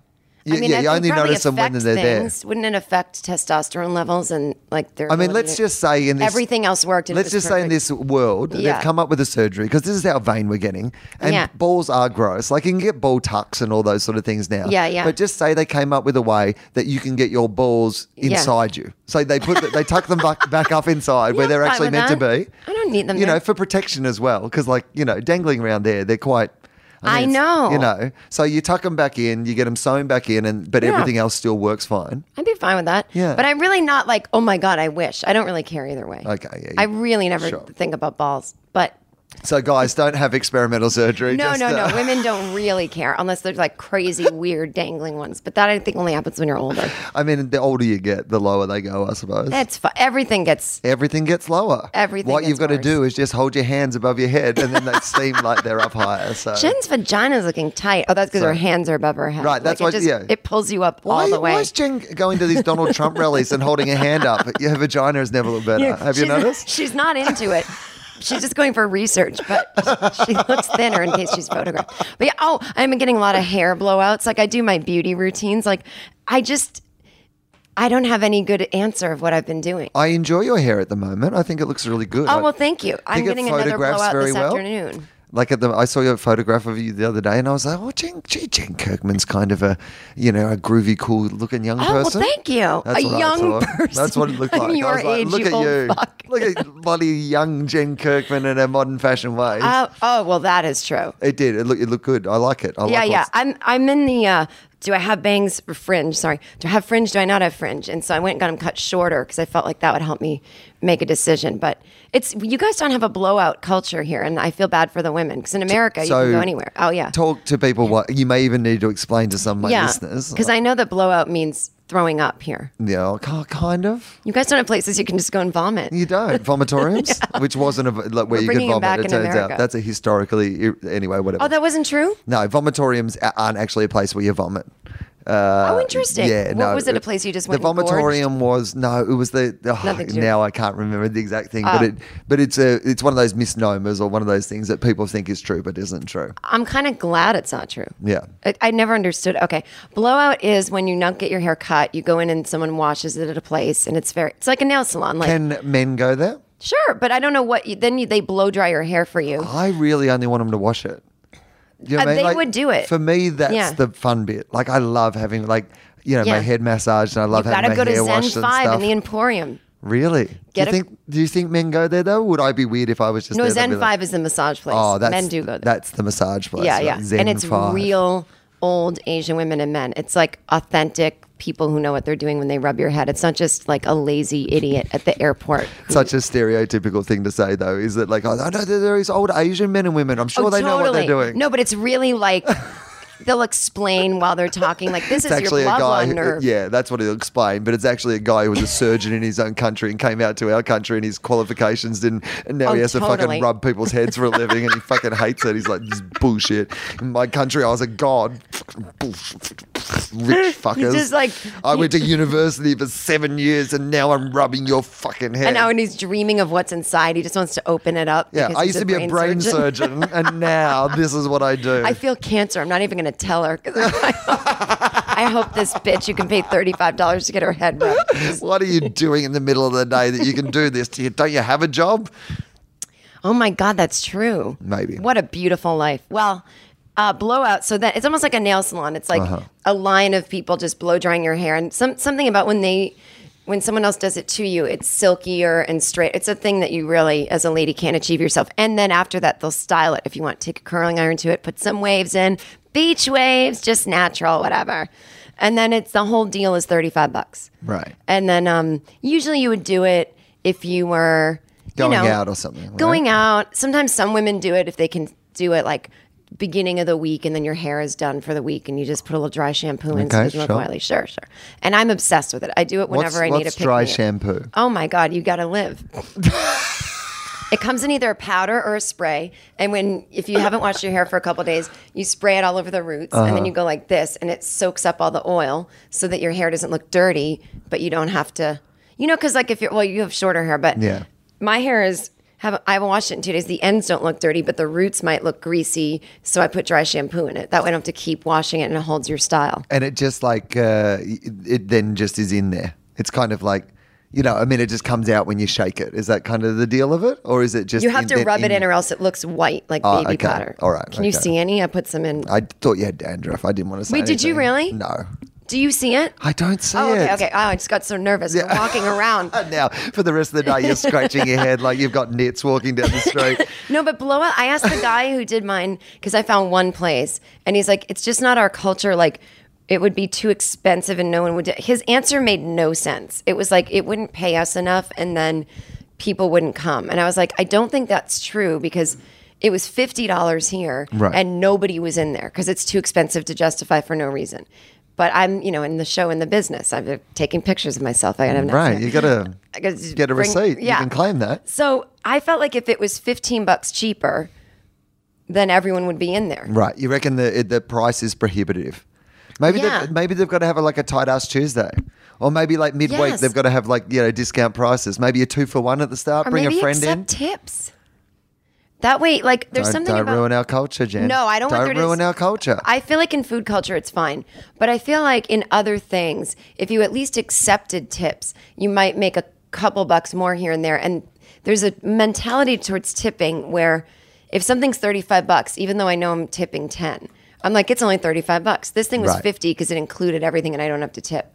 [SPEAKER 3] Yeah,
[SPEAKER 2] I mean,
[SPEAKER 3] yeah,
[SPEAKER 2] I
[SPEAKER 3] you
[SPEAKER 2] think
[SPEAKER 3] only
[SPEAKER 2] probably
[SPEAKER 3] notice them when
[SPEAKER 2] affect
[SPEAKER 3] they're
[SPEAKER 2] things. Wouldn't it affect testosterone levels and like their?
[SPEAKER 3] there. I mean,
[SPEAKER 2] ability
[SPEAKER 3] let's
[SPEAKER 2] to-
[SPEAKER 3] just say in this
[SPEAKER 2] everything else worked. And it
[SPEAKER 3] Let's
[SPEAKER 2] was
[SPEAKER 3] just say in
[SPEAKER 2] perfect.
[SPEAKER 3] this world,
[SPEAKER 2] Yeah.
[SPEAKER 3] they've come up with a surgery because this is how vain we're getting. And
[SPEAKER 2] Yeah.
[SPEAKER 3] balls are gross. Like you can get ball tucks and all those sort of things now.
[SPEAKER 2] Yeah, yeah.
[SPEAKER 3] But just say they came up with a way that you can get your balls
[SPEAKER 2] Yeah.
[SPEAKER 3] inside you. So they put the, they tuck them back, back up inside
[SPEAKER 2] Yeah,
[SPEAKER 3] where
[SPEAKER 2] I'm
[SPEAKER 3] they're
[SPEAKER 2] fine
[SPEAKER 3] actually
[SPEAKER 2] with
[SPEAKER 3] meant
[SPEAKER 2] that.
[SPEAKER 3] to be.
[SPEAKER 2] I don't need them
[SPEAKER 3] You know,
[SPEAKER 2] there.
[SPEAKER 3] for protection as well. Because like you know, dangling around there, they're quite.
[SPEAKER 2] I
[SPEAKER 3] it's-
[SPEAKER 2] know.
[SPEAKER 3] You know, so you tuck them back in, you get them sewn back in, and but
[SPEAKER 2] Yeah.
[SPEAKER 3] everything else still works fine.
[SPEAKER 2] I'd be fine with that.
[SPEAKER 3] Yeah.
[SPEAKER 2] But I'm really not like, oh my God, I wish. I don't really care either way.
[SPEAKER 3] Okay, yeah,
[SPEAKER 2] I
[SPEAKER 3] you-
[SPEAKER 2] really never
[SPEAKER 3] sure.
[SPEAKER 2] think about balls. But
[SPEAKER 3] So guys, don't have experimental surgery.
[SPEAKER 2] no,
[SPEAKER 3] Just,
[SPEAKER 2] no,
[SPEAKER 3] uh,
[SPEAKER 2] no. Women don't really care unless they're like crazy, weird, dangling ones. But that I think only happens when you're older.
[SPEAKER 3] I mean, the older you get, the lower they go, I suppose.
[SPEAKER 2] That's fu- Everything gets.
[SPEAKER 3] Everything gets lower.
[SPEAKER 2] Everything
[SPEAKER 3] What you've
[SPEAKER 2] gets
[SPEAKER 3] got to
[SPEAKER 2] worse.
[SPEAKER 3] do is just hold your hands above your head, and then they seem like they're up higher. So
[SPEAKER 2] Jen's vagina's looking tight. Oh, that's because her
[SPEAKER 3] Sorry.
[SPEAKER 2] hands are above her head.
[SPEAKER 3] Right, that's
[SPEAKER 2] like,
[SPEAKER 3] why-
[SPEAKER 2] it just,
[SPEAKER 3] yeah.
[SPEAKER 2] It pulls you up all
[SPEAKER 3] why,
[SPEAKER 2] the way.
[SPEAKER 3] why is Jen going to these Donald Trump rallies and holding a hand up? Your vagina has never looked better.
[SPEAKER 2] Yeah,
[SPEAKER 3] Have you
[SPEAKER 2] Uh, she's-
[SPEAKER 3] noticed?
[SPEAKER 2] She's not into it. She's just going for research, but she looks thinner in case she's photographed. But yeah, oh, I've been getting a lot of hair blowouts. Like I do my beauty routines. Like I just, I don't have any good answer of what I've been doing.
[SPEAKER 3] I enjoy your hair at the moment. I think it looks really good.
[SPEAKER 2] Oh
[SPEAKER 3] I-
[SPEAKER 2] well, thank you. I'm
[SPEAKER 3] think it
[SPEAKER 2] getting another
[SPEAKER 3] photographs
[SPEAKER 2] blowout
[SPEAKER 3] very
[SPEAKER 2] this
[SPEAKER 3] well.
[SPEAKER 2] afternoon.
[SPEAKER 3] Like at the, I saw your photograph of you the other day, and I was like, "Oh, Jen, gee, Jen Kirkman's kind of a, you know, a groovy, cool-looking young
[SPEAKER 2] Oh, well,
[SPEAKER 3] person."
[SPEAKER 2] thank you.
[SPEAKER 3] That's
[SPEAKER 2] a
[SPEAKER 3] what I
[SPEAKER 2] young
[SPEAKER 3] thought.
[SPEAKER 2] person.
[SPEAKER 3] That's what it looked
[SPEAKER 2] I'm
[SPEAKER 3] like.
[SPEAKER 2] Your
[SPEAKER 3] I was like,
[SPEAKER 2] age,
[SPEAKER 3] look
[SPEAKER 2] you
[SPEAKER 3] at
[SPEAKER 2] old
[SPEAKER 3] you,
[SPEAKER 2] fuck.
[SPEAKER 3] look at bloody young Jen Kirkman in her modern fashion ways.
[SPEAKER 2] Oh, oh, well, that is true.
[SPEAKER 3] It did. It looked it looked good. I like it. I
[SPEAKER 2] yeah,
[SPEAKER 3] like
[SPEAKER 2] yeah.
[SPEAKER 3] what's-
[SPEAKER 2] I'm I'm in the uh, do I have bangs or fringe? Sorry, do I have fringe? Do I not have fringe? And so I went and got them cut shorter because I felt like that would help me make a decision. But it's you guys don't have a blowout culture here, and I feel bad for the women because in America you can go anywhere. Oh yeah,
[SPEAKER 3] Talk to people what you may even need to explain to some of my
[SPEAKER 2] yeah.
[SPEAKER 3] listeners.
[SPEAKER 2] Because I know that blowout means throwing up here.
[SPEAKER 3] yeah, oh, ki- kind of.
[SPEAKER 2] You guys don't have places you can just go and vomit.
[SPEAKER 3] You don't vomitoriums, which wasn't a, like where
[SPEAKER 2] We're
[SPEAKER 3] you could
[SPEAKER 2] bringing 'em
[SPEAKER 3] vomit.
[SPEAKER 2] back
[SPEAKER 3] it
[SPEAKER 2] in
[SPEAKER 3] turns
[SPEAKER 2] America.
[SPEAKER 3] out that's a historically anyway whatever.
[SPEAKER 2] Oh, that wasn't true.
[SPEAKER 3] no, vomitoriums a- aren't actually a place where you vomit. Uh,
[SPEAKER 2] Oh, interesting.
[SPEAKER 3] Yeah,
[SPEAKER 2] What
[SPEAKER 3] no.
[SPEAKER 2] was it, a place you just
[SPEAKER 3] The
[SPEAKER 2] went and gorged?
[SPEAKER 3] vomitorium was no, it was the oh,
[SPEAKER 2] Nothing to do.
[SPEAKER 3] now I can't remember the exact thing, but
[SPEAKER 2] Oh.
[SPEAKER 3] it but it's a it's one of those misnomers or one of those things that people think is true but isn't true.
[SPEAKER 2] I'm kind of glad it's not true.
[SPEAKER 3] Yeah.
[SPEAKER 2] I, I never understood. Okay, blowout is when you not get your hair cut. You go in and someone washes it at a place, and it's very. It's like a nail salon. Like
[SPEAKER 3] Can men go there?
[SPEAKER 2] sure, but I don't know what. You, then you, they blow dry your hair for you.
[SPEAKER 3] I really only want them to wash it. You know what
[SPEAKER 2] Uh, they would do it.
[SPEAKER 3] For me, that's
[SPEAKER 2] Yeah.
[SPEAKER 3] the fun bit. Like I love having like you know my
[SPEAKER 2] Yeah.
[SPEAKER 3] head massaged and I
[SPEAKER 2] You've
[SPEAKER 3] love
[SPEAKER 2] got to
[SPEAKER 3] having
[SPEAKER 2] go
[SPEAKER 3] my
[SPEAKER 2] to
[SPEAKER 3] hair
[SPEAKER 2] Zen
[SPEAKER 3] washed and
[SPEAKER 2] Five
[SPEAKER 3] stuff.
[SPEAKER 2] in the Emporium.
[SPEAKER 3] really? Do you
[SPEAKER 2] Get a-
[SPEAKER 3] think do you think men go there though? Would I be weird if I was just
[SPEAKER 2] No,
[SPEAKER 3] there? They'd
[SPEAKER 2] Zen
[SPEAKER 3] be like,
[SPEAKER 2] Five is the massage place.
[SPEAKER 3] Oh, that's
[SPEAKER 2] men do go there.
[SPEAKER 3] That's the massage place.
[SPEAKER 2] yeah,
[SPEAKER 3] right?
[SPEAKER 2] yeah,
[SPEAKER 3] Zen
[SPEAKER 2] and it's
[SPEAKER 3] 5.
[SPEAKER 2] real old Asian women and men. It's like authentic people who know what they're doing when they rub your head. It's not just like a lazy idiot at the airport.
[SPEAKER 3] Such a stereotypical thing to say though, is that like oh no, there there is old Asian men and women. I'm sure
[SPEAKER 2] Oh,
[SPEAKER 3] they know what they're
[SPEAKER 2] totally.
[SPEAKER 3] doing.
[SPEAKER 2] No, but it's really like they'll explain while they're talking, like
[SPEAKER 3] It's
[SPEAKER 2] this is your
[SPEAKER 3] actually a
[SPEAKER 2] blah blah
[SPEAKER 3] guy. uh,
[SPEAKER 2] nerve.
[SPEAKER 3] Yeah, that's what he'll explain. But it's actually a guy who was a surgeon in his own country and came out to our country and his qualifications didn't. And now
[SPEAKER 2] Oh,
[SPEAKER 3] he has to
[SPEAKER 2] totally.
[SPEAKER 3] fucking rub people's heads for a living and he fucking hates it. He's like, this is bullshit. In my country, I was a god. Rich fuckers.
[SPEAKER 2] just like-
[SPEAKER 3] I went to university for seven years and now I'm rubbing your fucking head.
[SPEAKER 2] And now when he's dreaming of what's inside, he just wants to open it up.
[SPEAKER 3] yeah,
[SPEAKER 2] because
[SPEAKER 3] I
[SPEAKER 2] he's
[SPEAKER 3] used to be a brain surgeon and now this is what I do.
[SPEAKER 2] I feel cancer. I'm not even going to tell her. 'cause I, I hope this bitch you can pay thirty five dollars to get her head rubbed.
[SPEAKER 3] what are you doing in the middle of the day that you can do this to you? Don't you have a job?
[SPEAKER 2] Oh my God, that's true.
[SPEAKER 3] Maybe.
[SPEAKER 2] What a beautiful life. Well, uh, blowout. So that it's almost
[SPEAKER 3] Uh-huh.
[SPEAKER 2] like a nail salon. It's like a line of people just blow drying your hair, and some something about when they when someone else does it to you, it's silkier and straight. It's a thing that you really, as a lady, can't achieve yourself. And then after that, they'll style it if you want. Take a curling iron to it, put some waves in, beach waves, just natural, whatever. And then it's the whole deal is thirty five bucks.
[SPEAKER 3] Right.
[SPEAKER 2] And then um, usually you would do it if you were you
[SPEAKER 3] Going
[SPEAKER 2] know,
[SPEAKER 3] out or something, right?
[SPEAKER 2] Going out. Sometimes some women do it if they can do it like beginning of the week and then your hair is done for the week and you just put a little dry shampoo in so it
[SPEAKER 3] Okay,
[SPEAKER 2] doesn't look
[SPEAKER 3] sure.
[SPEAKER 2] oily. Sure, sure. And I'm obsessed with it. I do it whenever
[SPEAKER 3] What's,
[SPEAKER 2] I need
[SPEAKER 3] what's
[SPEAKER 2] a pick
[SPEAKER 3] dry
[SPEAKER 2] me up.
[SPEAKER 3] shampoo?
[SPEAKER 2] Oh my God, you gotta live. it comes in either a powder or a spray. And when, if you haven't washed your hair for a couple days, you spray it all over the roots and then you
[SPEAKER 3] Uh-huh.
[SPEAKER 2] go like this and it soaks up all the oil so that your hair doesn't look dirty, but you don't have to, you know, cause like if you're, well, you have shorter hair, but
[SPEAKER 3] Yeah.
[SPEAKER 2] my hair is, haven't, I haven't washed it in two days. The ends don't look dirty, but the roots might look greasy. So I put dry shampoo in it. That way I don't have to keep washing it and it holds your style.
[SPEAKER 3] and it just like uh, it, it then just is in there. It's kind of like you know, I mean, it just comes out when you shake it. Is that kind of the deal of it, or is it just
[SPEAKER 2] You have to
[SPEAKER 3] then
[SPEAKER 2] rub it in, or else it looks white like
[SPEAKER 3] Ah,
[SPEAKER 2] baby
[SPEAKER 3] okay.
[SPEAKER 2] powder.
[SPEAKER 3] All right,
[SPEAKER 2] Can you
[SPEAKER 3] okay.
[SPEAKER 2] see any? I put some in.
[SPEAKER 3] I thought you had dandruff. I didn't want to say.
[SPEAKER 2] Wait, did you
[SPEAKER 3] anything.
[SPEAKER 2] really?
[SPEAKER 3] No,
[SPEAKER 2] Do you see it?
[SPEAKER 3] I don't see
[SPEAKER 2] Oh, okay,
[SPEAKER 3] it.
[SPEAKER 2] okay. Oh, I just got so nervous. We're walking around.
[SPEAKER 3] And now, for the rest of the day, you're scratching your head like you've got nits walking down the street.
[SPEAKER 2] No, but blowout. I asked the guy who did mine because I found one place, and he's like, "It's just not our culture. Like, it would be too expensive, and no one would." Do-. His answer made no sense. It was like it wouldn't pay us enough, and then people wouldn't come. And I was like, I don't think that's true because it was fifty dollars here,
[SPEAKER 3] Right.
[SPEAKER 2] and nobody was in there because it's too expensive to justify for no reason. But I'm, you know, in the show in the business. i am taking pictures of myself. I have
[SPEAKER 3] right, you got to
[SPEAKER 2] I guess
[SPEAKER 3] get a
[SPEAKER 2] bring-
[SPEAKER 3] receipt.
[SPEAKER 2] yeah.
[SPEAKER 3] You can claim that.
[SPEAKER 2] So I felt like if it was 15 bucks cheaper, then everyone would be in there.
[SPEAKER 3] Right, you reckon the it- the price is prohibitive? Maybe
[SPEAKER 2] Yeah.
[SPEAKER 3] they've, maybe they've got to have a, like a tight ass Tuesday, or maybe like midweek
[SPEAKER 2] Yes.
[SPEAKER 3] they've got to have like you know discount prices. Maybe a two for one at the start.
[SPEAKER 2] Or
[SPEAKER 3] bring
[SPEAKER 2] maybe
[SPEAKER 3] a friend
[SPEAKER 2] accept
[SPEAKER 3] in.
[SPEAKER 2] tips. That way, like, there's
[SPEAKER 3] don't
[SPEAKER 2] something
[SPEAKER 3] don't
[SPEAKER 2] about.
[SPEAKER 3] ruin our culture, Jen.
[SPEAKER 2] No, I don't want
[SPEAKER 3] Don't
[SPEAKER 2] there to-
[SPEAKER 3] ruin our culture.
[SPEAKER 2] I feel like in food culture it's fine, but I feel like in other things, if you at least accepted tips, you might make a couple bucks more here and there. And there's a mentality towards tipping where if something's 35 bucks, even though I know I'm tipping 10, I'm like, it's only 35 bucks. This thing was
[SPEAKER 3] Right.
[SPEAKER 2] 50 because it included everything and I don't have to tip.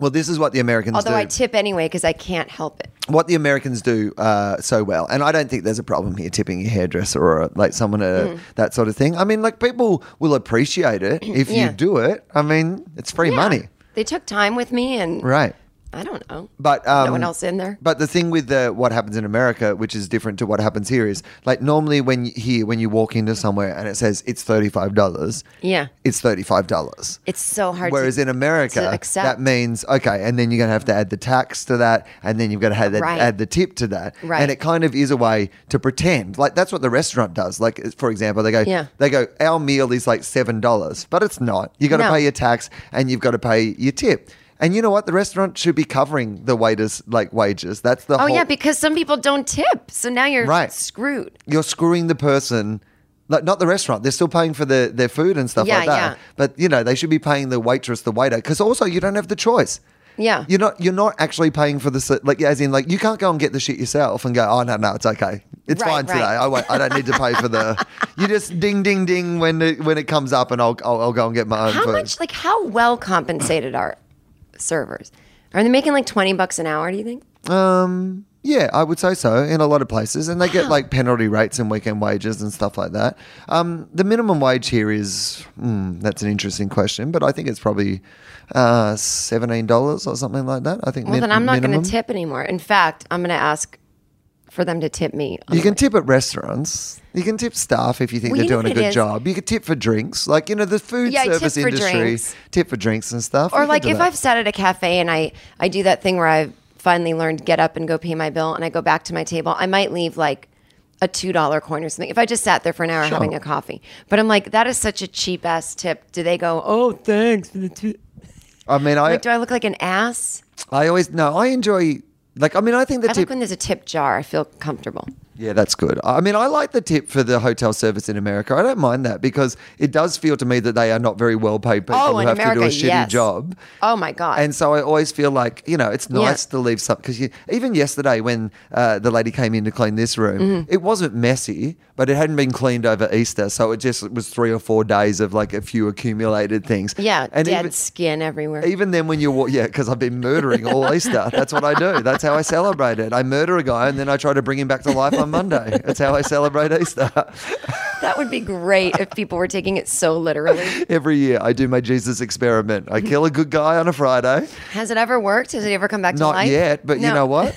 [SPEAKER 3] well, this is what the Americans
[SPEAKER 2] Although
[SPEAKER 3] do.
[SPEAKER 2] I tip anyway because I can't help it.
[SPEAKER 3] what the Americans do uh, so well, and I don't think there's a problem here tipping your hairdresser or uh, like someone at
[SPEAKER 2] Hmm.
[SPEAKER 3] a, that sort of thing. I mean, like people will appreciate it if
[SPEAKER 2] Yeah.
[SPEAKER 3] you do it. I mean, it's free money,
[SPEAKER 2] They took time with me and
[SPEAKER 3] right?
[SPEAKER 2] I don't know.
[SPEAKER 3] But um,
[SPEAKER 2] no one else in there.
[SPEAKER 3] But the thing with the what happens in America, which is different to what happens here, is like normally when you, here when you walk into somewhere and it says it's thirty five dollars,
[SPEAKER 2] Yeah.
[SPEAKER 3] it's thirty five dollars.
[SPEAKER 2] It's so hard. to-
[SPEAKER 3] Whereas in
[SPEAKER 2] to
[SPEAKER 3] America,
[SPEAKER 2] accept.
[SPEAKER 3] that means okay, and then you're going to have to add the tax to that, and then you've got to have that,
[SPEAKER 2] Right.
[SPEAKER 3] add the tip to that,
[SPEAKER 2] Right.
[SPEAKER 3] and it kind of is a way to pretend like that's what the restaurant does. Like uh, for example, they go,
[SPEAKER 2] Yeah.
[SPEAKER 3] they go, our meal is like seven dollars, but it's not. You got to
[SPEAKER 2] No.
[SPEAKER 3] pay your tax and you've got to pay your tip. And you know what? The restaurant should be covering the waiters like wages. That's the
[SPEAKER 2] Oh
[SPEAKER 3] whole,
[SPEAKER 2] yeah, because some people don't tip, so now you're
[SPEAKER 3] Right.
[SPEAKER 2] screwed.
[SPEAKER 3] you're screwing the person. Like not the restaurant. They're still paying for the, their food and stuff
[SPEAKER 2] Yeah,
[SPEAKER 3] like that.
[SPEAKER 2] yeah.
[SPEAKER 3] But you know they should be paying the waitress, the waiter, because also you don't have the choice.
[SPEAKER 2] Yeah.
[SPEAKER 3] You're not you're not actually paying for the s- like as in like you can't go and get the shit yourself and go oh no no it's okay it's
[SPEAKER 2] Right,
[SPEAKER 3] fine
[SPEAKER 2] right.
[SPEAKER 3] today I won't, I don't need to pay for the you just ding ding ding when it, when it comes up and I'll, I'll I'll go and get my own
[SPEAKER 2] how
[SPEAKER 3] food.
[SPEAKER 2] much? Like how well compensated are servers? Are they making like twenty bucks an hour? Do you think?
[SPEAKER 3] Yeah, I would say so in a lot of places, and they get like penalty rates and weekend wages and stuff like that. Um, the minimum wage here is mm, that's an interesting question, but I think it's probably uh, seventeen dollars or something like that. I think.
[SPEAKER 2] Well,
[SPEAKER 3] min-
[SPEAKER 2] then I'm not going
[SPEAKER 3] minimum.
[SPEAKER 2] to tip anymore. In fact, I'm going to ask for them to tip me.
[SPEAKER 3] You can tip at restaurants. You can tip staff if you think
[SPEAKER 2] Well, you
[SPEAKER 3] they're
[SPEAKER 2] know
[SPEAKER 3] doing a
[SPEAKER 2] what it
[SPEAKER 3] good
[SPEAKER 2] is?
[SPEAKER 3] job. You could tip for drinks, like you know the food
[SPEAKER 2] Yeah, tip
[SPEAKER 3] service
[SPEAKER 2] for
[SPEAKER 3] industry,
[SPEAKER 2] drinks.
[SPEAKER 3] tip for drinks and stuff. You
[SPEAKER 2] or
[SPEAKER 3] can
[SPEAKER 2] like
[SPEAKER 3] do
[SPEAKER 2] if
[SPEAKER 3] that.
[SPEAKER 2] I've sat at a cafe and I I do that thing where I've finally learned get up and go pay my bill and I go back to my table, I might leave like a two dollar coin or something. If I just sat there for an hour having a coffee, but I'm like that is such a cheap ass tip. Do they go? Oh, thanks for the two.
[SPEAKER 3] I mean, I
[SPEAKER 2] Like, do I look like an ass?
[SPEAKER 3] I always no, I enjoy like I mean, I think the
[SPEAKER 2] I
[SPEAKER 3] tip
[SPEAKER 2] like when there's a tip jar. I feel comfortable.
[SPEAKER 3] Yeah, that's good. I mean, I like the tip for the hotel service in America. I don't mind that because it does feel to me that they are not very well paid people
[SPEAKER 2] Oh,
[SPEAKER 3] who
[SPEAKER 2] in
[SPEAKER 3] have to do a
[SPEAKER 2] America,
[SPEAKER 3] shitty
[SPEAKER 2] yes.
[SPEAKER 3] job.
[SPEAKER 2] Oh my god.
[SPEAKER 3] And so I always feel like, you know, it's nice to leave something. Because even yesterday, when uh, the lady came in to clean this room,
[SPEAKER 2] Mm-hmm.
[SPEAKER 3] it wasn't messy, but it hadn't been cleaned over Easter. So it just was three or four days of like a few accumulated things.
[SPEAKER 2] yeah,
[SPEAKER 3] And
[SPEAKER 2] dead
[SPEAKER 3] even,
[SPEAKER 2] skin everywhere.
[SPEAKER 3] even then, when you walk, yeah, because I've been murdering all Easter. That's what I do. That's how I celebrate it. I murder a guy and then I try to bring him back to life on Monday. That's how I celebrate Easter.
[SPEAKER 2] that would be great if people were taking it so literally.
[SPEAKER 3] Every year, I do my Jesus experiment. I kill a good guy on a Friday.
[SPEAKER 2] Has it ever worked? Has it ever come back to
[SPEAKER 3] Not
[SPEAKER 2] life?
[SPEAKER 3] yet, but you
[SPEAKER 2] No.
[SPEAKER 3] know what?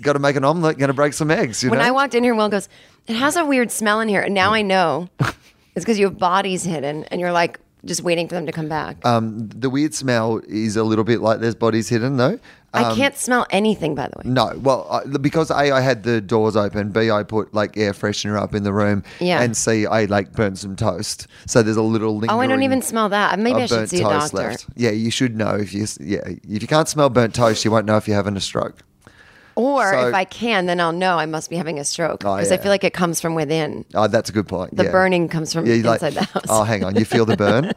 [SPEAKER 3] Got to make an omelette. Going to break some eggs. You
[SPEAKER 2] When
[SPEAKER 3] know. Mm.
[SPEAKER 2] I walked in here, Will goes, "It has a weird smell in here." And now I know it's because you have bodies hidden, and you're like just waiting for them to come back.
[SPEAKER 3] um, the weird smell is a little bit like there's bodies hidden though.
[SPEAKER 2] I can't smell anything, by the way.
[SPEAKER 3] No, well, I, because a I had the doors open, b I put like air freshener up in the room,
[SPEAKER 2] Yeah.
[SPEAKER 3] and c I like burnt some toast. So there's a little lingering.
[SPEAKER 2] Oh, I don't even smell that. Maybe
[SPEAKER 3] of
[SPEAKER 2] I should
[SPEAKER 3] burnt
[SPEAKER 2] see a
[SPEAKER 3] toast
[SPEAKER 2] doctor.
[SPEAKER 3] Yeah, you should know if you s- yeah if you can't smell burnt toast, you won't know if you're having a stroke.
[SPEAKER 2] Or
[SPEAKER 3] So-
[SPEAKER 2] if I can, then I'll know I must be having a stroke
[SPEAKER 3] Oh,
[SPEAKER 2] because I
[SPEAKER 3] yeah.
[SPEAKER 2] feel like it comes from within.
[SPEAKER 3] Oh, that's a good point.
[SPEAKER 2] The
[SPEAKER 3] yeah.
[SPEAKER 2] burning comes from
[SPEAKER 3] Yeah, you like,
[SPEAKER 2] inside the house.
[SPEAKER 3] Oh, hang on, you feel the burn.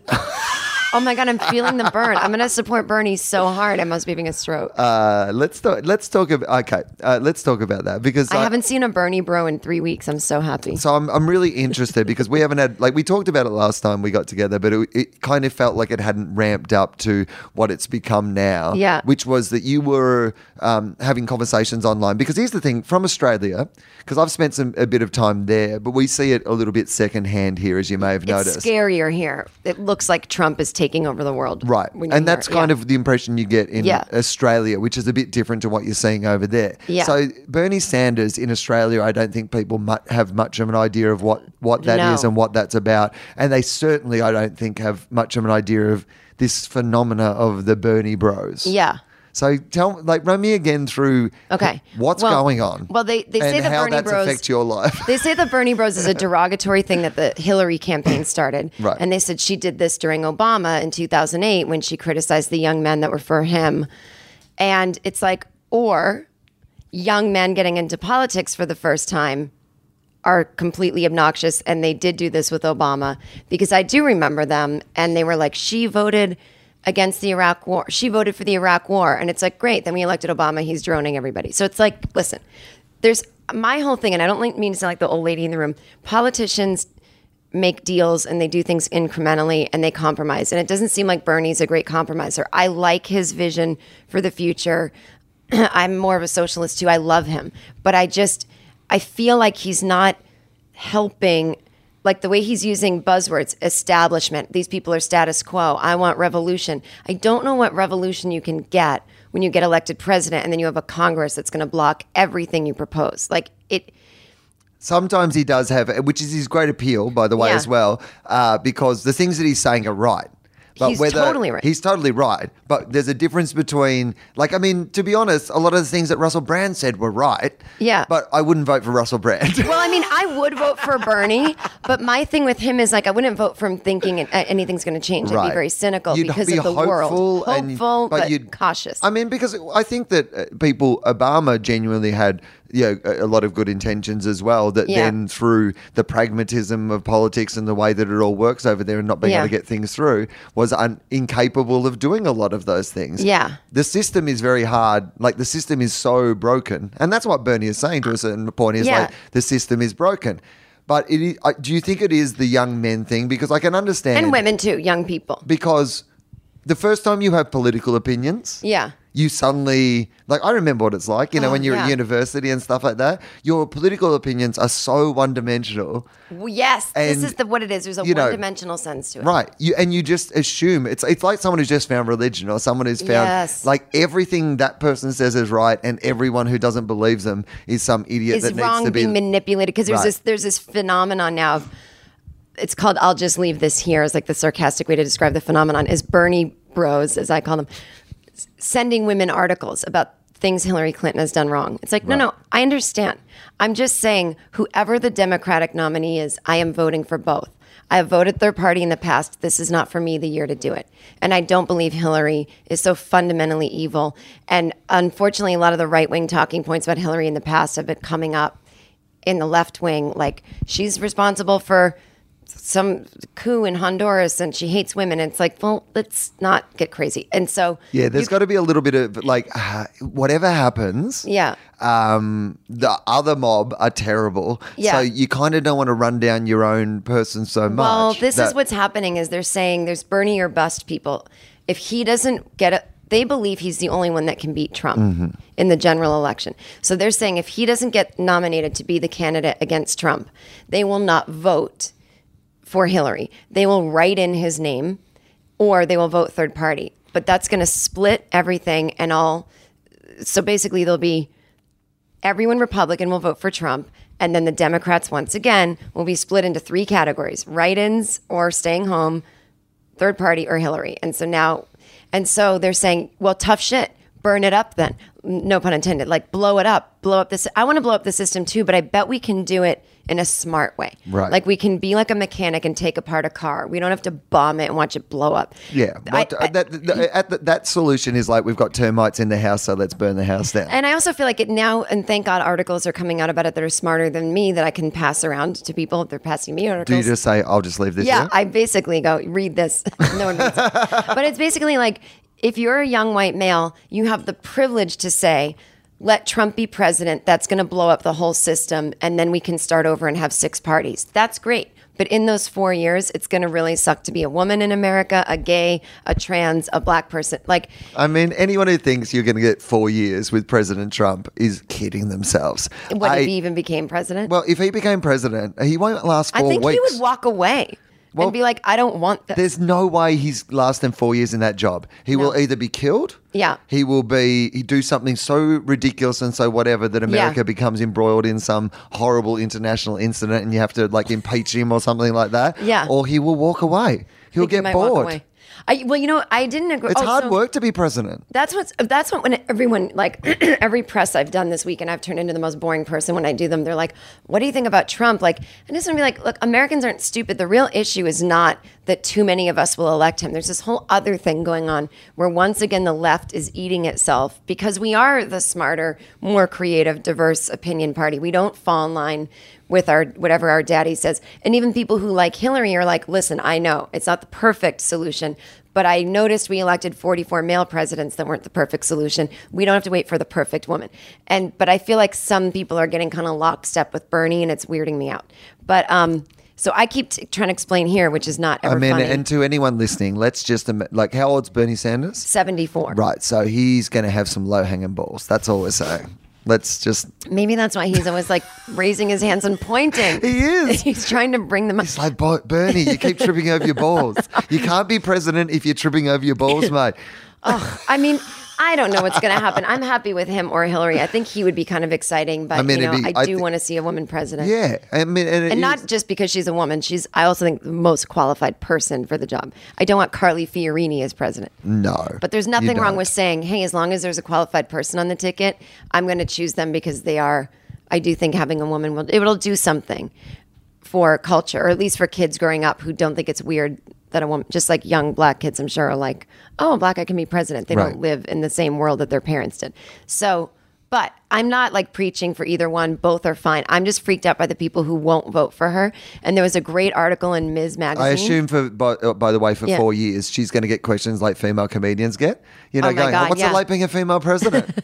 [SPEAKER 2] Oh my god, I'm feeling the burn. I'm gonna support Bernie so hard. I must be having a stroke.
[SPEAKER 3] uh, let's talk. Let's talk about okay. Uh, let's talk about that because
[SPEAKER 2] I
[SPEAKER 3] like,
[SPEAKER 2] haven't seen a Bernie bro in three weeks. I'm so happy.
[SPEAKER 3] So I'm, I'm really interested because we haven't had like we talked about it last time we got together, but it, it kind of felt like it hadn't ramped up to what it's become now.
[SPEAKER 2] Yeah.
[SPEAKER 3] which was that you were um, having conversations online because here's the thing from Australia because I've spent some a bit of time there, but we see it a little bit secondhand here, as you may have
[SPEAKER 2] it's
[SPEAKER 3] noticed.
[SPEAKER 2] scarier here. It looks like Trump is taking over the world.
[SPEAKER 3] Right.
[SPEAKER 2] when you
[SPEAKER 3] And
[SPEAKER 2] hear
[SPEAKER 3] that's
[SPEAKER 2] it.
[SPEAKER 3] kind
[SPEAKER 2] Yeah.
[SPEAKER 3] of the impression you get in
[SPEAKER 2] Yeah.
[SPEAKER 3] Australia, which is a bit different to what you're seeing over there.
[SPEAKER 2] Yeah.
[SPEAKER 3] So Bernie Sanders in Australia, I don't think people mu- have much of an idea of what, what that is
[SPEAKER 2] No.
[SPEAKER 3] and what that's about. And they certainly, I don't think, have much of an idea of this phenomena of the Bernie bros.
[SPEAKER 2] Yeah.
[SPEAKER 3] So tell, like, run me again through
[SPEAKER 2] Okay.
[SPEAKER 3] what's
[SPEAKER 2] Well-
[SPEAKER 3] going on.
[SPEAKER 2] well, they- they
[SPEAKER 3] and
[SPEAKER 2] say the
[SPEAKER 3] how
[SPEAKER 2] Bernie
[SPEAKER 3] that's
[SPEAKER 2] bros-
[SPEAKER 3] affect your life.
[SPEAKER 2] They say the Bernie Bros is a derogatory thing that the Hillary campaign started.
[SPEAKER 3] Right.
[SPEAKER 2] And they said she did this during Obama in 2008 when she criticized the young men that were for him. And it's like, or young men getting into politics for the first time are completely obnoxious. And they did do this with Obama because I do remember them. And they were like, she voted against the Iraq war. She voted for the Iraq war. And it's like, great. Then we elected Obama. He's droning everybody. So it's like, listen, there's my whole thing. And I don't like- mean to sound like the old lady in the room. Politicians make deals and they do things incrementally and they compromise. And it doesn't seem like Bernie's a great compromiser. I like his vision for the future. I'm more of a socialist too. I love him. But I just, I feel like he's not helping. Like the way he's using buzzwords, establishment, these people are status quo, I want revolution. I don't know what revolution you can get when you get elected president and then you have a Congress that's going to block everything you propose. Like it,
[SPEAKER 3] Sometimes he does have, which is his great appeal, by the way,
[SPEAKER 2] Yeah.
[SPEAKER 3] as well, uh, because the things that he's saying are right.
[SPEAKER 2] He's totally right.
[SPEAKER 3] He's totally right. But there's a difference between, like, I mean, to be honest, a lot of the things that Russell Brand said were right.
[SPEAKER 2] Yeah.
[SPEAKER 3] But I wouldn't vote for Russell Brand.
[SPEAKER 2] Well, I mean, I would vote for Bernie, but my thing with him is like I wouldn't vote for him thinking it- uh, anything's going to change. I'd be very cynical
[SPEAKER 3] You'd
[SPEAKER 2] because
[SPEAKER 3] be
[SPEAKER 2] of the world,
[SPEAKER 3] and-
[SPEAKER 2] hopeful, but,
[SPEAKER 3] you'd-
[SPEAKER 2] cautious.
[SPEAKER 3] I mean, because I think that uh, people, Obama genuinely had you know, a a lot of good intentions as well. That
[SPEAKER 2] Yeah.
[SPEAKER 3] then through the pragmatism of politics and the way that it all works over there and not being
[SPEAKER 2] Yeah.
[SPEAKER 3] able to get things through, was un- incapable of doing a lot of those things.
[SPEAKER 2] Yeah.
[SPEAKER 3] the system is very hard. Like the system is so broken, and that's what Bernie is saying to a certain point. Is
[SPEAKER 2] Yeah.
[SPEAKER 3] like the system is broken. But it is, I- do you think it is the young men thing? Because I can understand
[SPEAKER 2] and women too, young people.
[SPEAKER 3] because the first time you have political opinions,
[SPEAKER 2] Yeah.
[SPEAKER 3] you suddenly like I remember what it's like, you know,
[SPEAKER 2] Oh,
[SPEAKER 3] when you're at
[SPEAKER 2] yeah.
[SPEAKER 3] university and stuff like that. Your political opinions are so one-dimensional,
[SPEAKER 2] Well, yes,
[SPEAKER 3] And,
[SPEAKER 2] this is the what it is. There's a
[SPEAKER 3] you know,
[SPEAKER 2] one-dimensional sense to it.
[SPEAKER 3] right? You and you just assume it's it's like someone who's just found religion or someone who's found
[SPEAKER 2] Yes.
[SPEAKER 3] like everything that person says is right, and everyone who doesn't believe them is some idiot
[SPEAKER 2] Is
[SPEAKER 3] that needs
[SPEAKER 2] wrong
[SPEAKER 3] to be
[SPEAKER 2] being manipulated because there's
[SPEAKER 3] Right.
[SPEAKER 2] this there's this phenomenon now of it's called I'll just leave this here is like the sarcastic way to describe the phenomenon is Bernie bros as I call them s- sending women articles about things Hillary Clinton has done wrong. It's like no no, I understand. I'm just saying whoever the Democratic nominee is, I am voting for both. I have voted third party in the past. This is not for me the year to do it. And I don't believe Hillary is so fundamentally evil. And unfortunately, a lot of the right wing talking points about Hillary in the past have been coming up in the left wing. Like she's responsible for some coup in Honduras and she hates women. It's like, well, let's not get crazy. And so,
[SPEAKER 3] Yeah, there's got to be a little bit of like, uh, whatever happens,
[SPEAKER 2] yeah.
[SPEAKER 3] um, the other mob are terrible.
[SPEAKER 2] Yeah.
[SPEAKER 3] So you kind of don't want to run down your own person so much.
[SPEAKER 2] Well, this is
[SPEAKER 3] that-
[SPEAKER 2] what's happening is they're saying there's Bernie or bust people. If he doesn't get a they believe he's the only one that can beat Trump in the general election. So they're saying if he doesn't get nominated to be the candidate against Trump, they will not vote for Hillary. They will write in his name or they will vote third party. But that's going to split everything and all so basically there'll be everyone Republican will vote for Trump, and then the Democrats once again will be split into three categories: write-ins or staying home, third party or Hillary. And so now, and so they're saying, well, tough shit, burn it up then. No pun intended. Like blow it up, blow up this. I want to blow up the system too, but I bet we can do it in a smart way.
[SPEAKER 3] Right.
[SPEAKER 2] Like we can be like a mechanic and take apart a car. We don't have to bomb it and watch it blow up.
[SPEAKER 3] Yeah,
[SPEAKER 2] I-
[SPEAKER 3] what, uh,
[SPEAKER 2] I-
[SPEAKER 3] that, that, at the, that solution is like we've got termites in the house, so let's burn the house down.
[SPEAKER 2] And I also feel like it now, and thank God articles are coming out about it that are smarter than me that I can pass around to people if they're passing me
[SPEAKER 3] Do you
[SPEAKER 2] articles.
[SPEAKER 3] just say, "I'll just leave this"?
[SPEAKER 2] yeah,
[SPEAKER 3] here?
[SPEAKER 2] I basically go, read this. no one reads it. But it's basically like if you're a young white male, you have the privilege to say, let Trump be president. That's going to blow up the whole system. And then we can start over and have six parties. That's great. But in those four years, it's going to really suck to be a woman in America, a gay, a trans, a black person. Like,
[SPEAKER 3] I mean, anyone who thinks you're going to get four years with President Trump is kidding themselves.
[SPEAKER 2] what
[SPEAKER 3] I-
[SPEAKER 2] if he even became president?
[SPEAKER 3] well, if he became president, he won't last
[SPEAKER 2] I
[SPEAKER 3] four
[SPEAKER 2] think
[SPEAKER 3] weeks.
[SPEAKER 2] he would walk away
[SPEAKER 3] Well,
[SPEAKER 2] and be like, I don't want this.
[SPEAKER 3] There's no way he's lasting four years in that job. He will either be killed.
[SPEAKER 2] Yeah.
[SPEAKER 3] He will be he do something so ridiculous and so whatever that America becomes embroiled in some horrible international incident and you have to like impeach him or something like that.
[SPEAKER 2] Yeah.
[SPEAKER 3] Or he will walk away. He'll
[SPEAKER 2] Think he
[SPEAKER 3] get
[SPEAKER 2] might walk
[SPEAKER 3] bored.
[SPEAKER 2] away. I, well, you know, I didn't agree.
[SPEAKER 3] It's
[SPEAKER 2] oh,
[SPEAKER 3] hard
[SPEAKER 2] so
[SPEAKER 3] work to be president.
[SPEAKER 2] That's what's that's what when everyone like every press I've done this week, and I've turned into the most boring person when I do them. They're like, "What do you think about Trump?" Like, I just want to be like, "Look, Americans aren't stupid. The real issue is not that too many of us will elect him. There's this whole other thing going on where once again the left is eating itself because we are the smarter, more creative, diverse opinion party. We don't fall in line with our whatever our daddy says. And even people who like Hillary are like, listen, I know it's not the perfect solution, but I noticed we elected 44 male presidents that weren't the perfect solution. We don't have to wait for the perfect woman. And but I feel like some people are getting kind of lockstep with Bernie, and it's weirding me out. But um, so I keep t- trying to explain here, which is not ever
[SPEAKER 3] I mean,
[SPEAKER 2] funny.
[SPEAKER 3] and to anyone listening, let's just im- like how old's Bernie Sanders?
[SPEAKER 2] 74.
[SPEAKER 3] Right, so he's going to have some low hanging balls. That's all we're saying. Let's just.
[SPEAKER 2] Maybe that's why he's always like raising his hands and pointing.
[SPEAKER 3] He is.
[SPEAKER 2] he's trying to bring them up.
[SPEAKER 3] It's like Bo- Bernie, you keep tripping over your balls. You can't be president if you're tripping over your balls, mate.
[SPEAKER 2] Oh, I mean, I don't know what's going to happen. I'm happy with him or Hillary. I think he would be kind of exciting, but
[SPEAKER 3] I mean,
[SPEAKER 2] you know,
[SPEAKER 3] it'd be-
[SPEAKER 2] I do
[SPEAKER 3] I thi-
[SPEAKER 2] want to see a woman president.
[SPEAKER 3] Yeah, I mean, and, it
[SPEAKER 2] and
[SPEAKER 3] is-
[SPEAKER 2] not just because she's a woman. She's I also think the most qualified person for the job. I don't want Carly Fiorini as president.
[SPEAKER 3] no.
[SPEAKER 2] But there's
[SPEAKER 3] you
[SPEAKER 2] nothing wrong
[SPEAKER 3] don't.
[SPEAKER 2] with saying, hey, as long as there's a qualified person on the ticket, I'm going to choose them because they are. I do think having a woman will it'll do something for culture, or at least for kids growing up who don't think it's weird that a woman, just like young black kids, I'm sure are like, oh, a black guy can be president. They
[SPEAKER 3] Right.
[SPEAKER 2] don't live in the same world that their parents did. So. But I'm not like preaching for either one. Both are fine. I'm just freaked out by the people who won't vote for her. And there was a great article in Ms. Magazine.
[SPEAKER 3] I assume for by, uh, by the way for
[SPEAKER 2] Yeah.
[SPEAKER 3] four years she's going to get questions like female comedians get. You know,
[SPEAKER 2] Oh my
[SPEAKER 3] going,
[SPEAKER 2] God,
[SPEAKER 3] what's
[SPEAKER 2] yeah.
[SPEAKER 3] it like being a female president?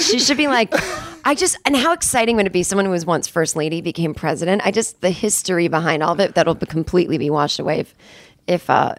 [SPEAKER 2] She should be like, I just, and how exciting would it be? Someone who was once first lady became president. I just, the history behind all of it, that'll be completely be washed away if, if uh,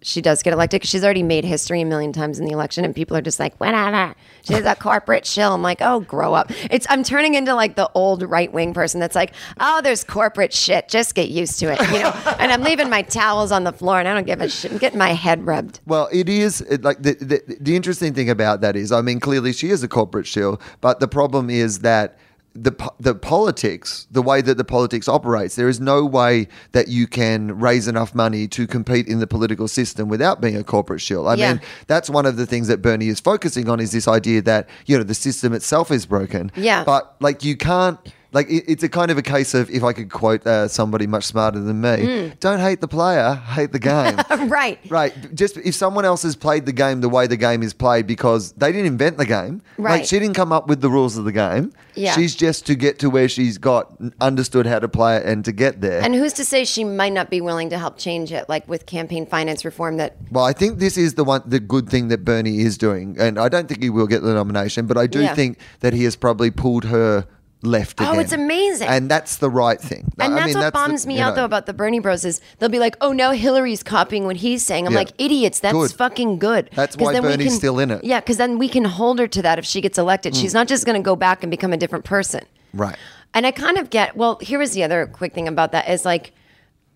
[SPEAKER 2] she does get elected. 'Cause she's already made history a million times in the election, and people are just like, whatever. She's a corporate shill. I'm like, oh, grow up. It's, I'm turning into like the old right wing person that's like, oh, there's corporate shit. Just get used to it, you know? and I'm leaving my towels on the floor, and I don't give a shit. I'm getting my head rubbed.
[SPEAKER 3] Well, it is it, like the, the the interesting thing about that is, I mean, clearly she is a corporate shill, but the problem is that the po- the politics, the way that the politics operates, there is no way that you can raise enough money to compete in the political system without being a corporate shill. I
[SPEAKER 2] Yeah.
[SPEAKER 3] mean, that's one of the things that Bernie is focusing on is this idea that you know the system itself is broken.
[SPEAKER 2] Yeah.
[SPEAKER 3] but like you can't. Like it, it's a kind of a case of if I could quote uh, somebody much smarter than me, don't hate the player, hate the game.
[SPEAKER 2] Hmm. right.
[SPEAKER 3] Right. Just if someone else has played the game the way the game is played, because they didn't invent the game. Like
[SPEAKER 2] Right.
[SPEAKER 3] she didn't come up with the rules of the game.
[SPEAKER 2] Yeah.
[SPEAKER 3] She's just to get to where she's got understood how to play it and to get there.
[SPEAKER 2] And who's to say she might not be willing to help change it, like with campaign finance reform? That
[SPEAKER 3] well, I think this is the one the good thing that Bernie is doing, and I don't think he will get the nomination, but I do
[SPEAKER 2] Yeah.
[SPEAKER 3] think that he has probably pulled her left.
[SPEAKER 2] Oh,
[SPEAKER 3] again.
[SPEAKER 2] it's amazing.
[SPEAKER 3] And that's the right thing.
[SPEAKER 2] and
[SPEAKER 3] I
[SPEAKER 2] that's
[SPEAKER 3] mean,
[SPEAKER 2] what
[SPEAKER 3] the-
[SPEAKER 2] bums me
[SPEAKER 3] you
[SPEAKER 2] out
[SPEAKER 3] know.
[SPEAKER 2] though about the Bernie Bros is they'll be like, oh no, Hillary's copying what he's saying. I'm
[SPEAKER 3] Yeah.
[SPEAKER 2] like, idiots, that's
[SPEAKER 3] Good.
[SPEAKER 2] fucking good.
[SPEAKER 3] That's
[SPEAKER 2] 'Cause
[SPEAKER 3] why
[SPEAKER 2] then we
[SPEAKER 3] Bernie's
[SPEAKER 2] can-
[SPEAKER 3] still in it. Mm.
[SPEAKER 2] Yeah, because then we can hold her to that if she gets elected. She's not just going to go back and become a different person.
[SPEAKER 3] Right.
[SPEAKER 2] And I kind of get. Well, here is the other quick thing about that is like,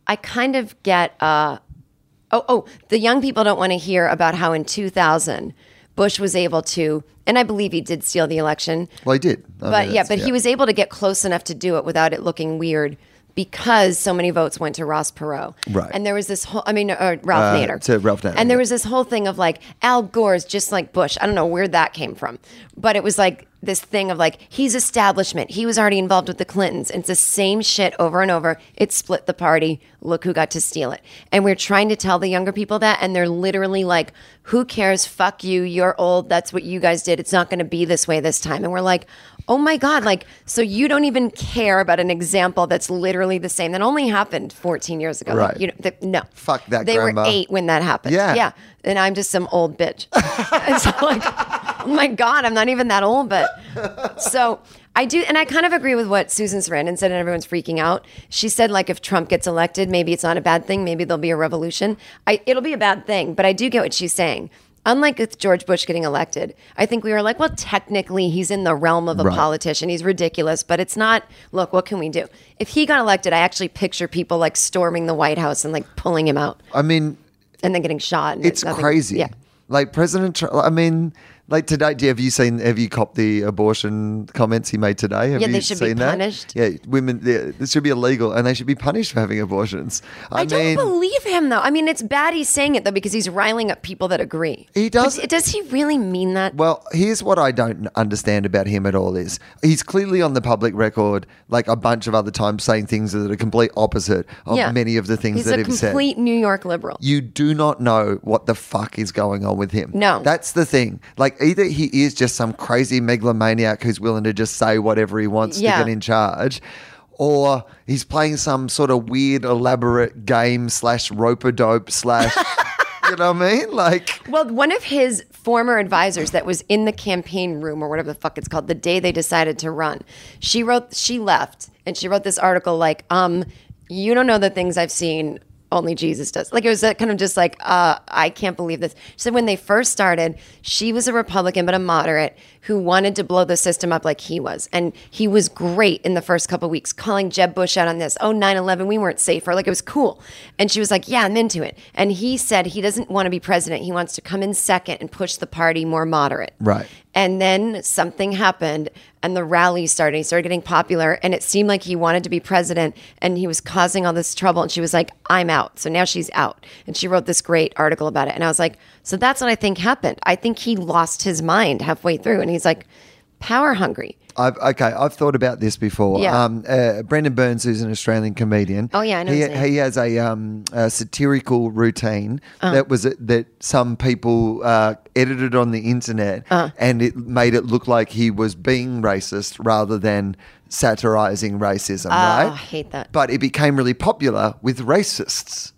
[SPEAKER 2] I kind of get. Uh, oh, oh, the young people don't want to hear about how in 2000 Bush was able to, and I believe he did steal the election.
[SPEAKER 3] Well, he did. I
[SPEAKER 2] But
[SPEAKER 3] mean,
[SPEAKER 2] yeah,
[SPEAKER 3] that's-
[SPEAKER 2] but he was able to get close enough to do it without it looking weird because so many votes went to Ross Perot.
[SPEAKER 3] Right.
[SPEAKER 2] And there was this whole, I mean, uh, Ralph
[SPEAKER 3] Uh,
[SPEAKER 2] Nader.
[SPEAKER 3] to Ralph Nader,
[SPEAKER 2] And there
[SPEAKER 3] yeah.
[SPEAKER 2] was this whole thing of like, Al Gore's just like Bush. I don't know where that came from. But it was like this thing of like, he's establishment. He was already involved with the Clintons. And it's the same shit over and over. It split the party. Look who got to steal it. And we're trying to tell the younger people that. And they're literally like, who cares? Fuck you. You're old. That's what you guys did. It's not going to be this way this time. And we're like, oh my God. Like, so you don't even care about an example that's literally the same. That only happened 14 years ago. Like,
[SPEAKER 3] Right.
[SPEAKER 2] you know, th- no.
[SPEAKER 3] Fuck that,
[SPEAKER 2] They
[SPEAKER 3] grandma.
[SPEAKER 2] were eight when that happened.
[SPEAKER 3] Yeah.
[SPEAKER 2] Yeah. And I'm just some old bitch. it's like, oh my God, I'm not even that old, but so I do, and I kind of agree with what Susan Sarandon said, and everyone's freaking out. She said, like, if Trump gets elected, maybe it's not a bad thing. Maybe there'll be a revolution. I, it'll be a bad thing, but I do get what she's saying. Unlike with George Bush getting elected, I think we were like, well, technically he's in the realm of a
[SPEAKER 3] Right.
[SPEAKER 2] politician. He's ridiculous, but it's not, look, what can we do? If he got elected, I actually picture people like storming the White House and like pulling him out
[SPEAKER 3] I mean,
[SPEAKER 2] and then getting shot. and
[SPEAKER 3] it's
[SPEAKER 2] nothing-
[SPEAKER 3] crazy.
[SPEAKER 2] Yeah.
[SPEAKER 3] Like President Trump, I mean, like today, do you, have you seen, have you copped the abortion comments he made today? Have
[SPEAKER 2] Yeah, they
[SPEAKER 3] you
[SPEAKER 2] should be
[SPEAKER 3] seen that?
[SPEAKER 2] punished.
[SPEAKER 3] Yeah, women, yeah, this should be illegal and they should be punished for having abortions. I,
[SPEAKER 2] I,
[SPEAKER 3] mean,
[SPEAKER 2] don't believe him though. I mean, it's bad he's saying it though because he's riling up people that agree.
[SPEAKER 3] He does-
[SPEAKER 2] But does he really mean that?
[SPEAKER 3] well, here's what I don't understand about him at all is he's clearly on the public record, like a bunch of other times, saying things that are complete opposite of many of the things
[SPEAKER 2] he's
[SPEAKER 3] that
[SPEAKER 2] a
[SPEAKER 3] he's said.
[SPEAKER 2] complete New York liberal.
[SPEAKER 3] you do not know what the fuck is going on with him.
[SPEAKER 2] No.
[SPEAKER 3] That's the thing. Like, either he is just some crazy megalomaniac who's willing to just say whatever he wants
[SPEAKER 2] Yeah.
[SPEAKER 3] to get in charge, or he's playing some sort of weird, elaborate game slash rope a dope slash. you know what I mean? Like,
[SPEAKER 2] Well, one of his former advisors that was in the campaign room or whatever the fuck it's called the day they decided to run, she wrote, she left and she wrote this article like, um, you don't know the things I've seen. Only Jesus does. Like it was that kind of just like, uh, I can't believe this. She said when they first started, she was a Republican but a moderate who wanted to blow the system up like he was, and he was great in the first couple weeks, calling Jeb Bush out on this. Oh, 9-11, we weren't safer. Like it was cool, and she was like, Yeah, I'm into it. And he said he doesn't want to be president. He wants to come in second and push the party more moderate.
[SPEAKER 3] Right.
[SPEAKER 2] And then something happened and the rally started. He started getting popular and it seemed like he wanted to be president and he was causing all this trouble. And she was like, I'm out. So now she's out. And she wrote this great article about it. And I was like, So that's what I think happened. I think he lost his mind halfway through and he's like, power hungry.
[SPEAKER 3] I've, okay, I've thought about this before.
[SPEAKER 2] Yeah.
[SPEAKER 3] Um, uh, Brendan Burns, who's an Australian comedian.
[SPEAKER 2] Oh, yeah, I know
[SPEAKER 3] He,
[SPEAKER 2] his name.
[SPEAKER 3] he has a, um, a satirical routine
[SPEAKER 2] Uh.
[SPEAKER 3] that was uh, that some people uh, edited on the internet,
[SPEAKER 2] Uh.
[SPEAKER 3] and it made it look like he was being racist rather than satirizing racism. right?
[SPEAKER 2] Ah, I hate that.
[SPEAKER 3] But it became really popular with racists.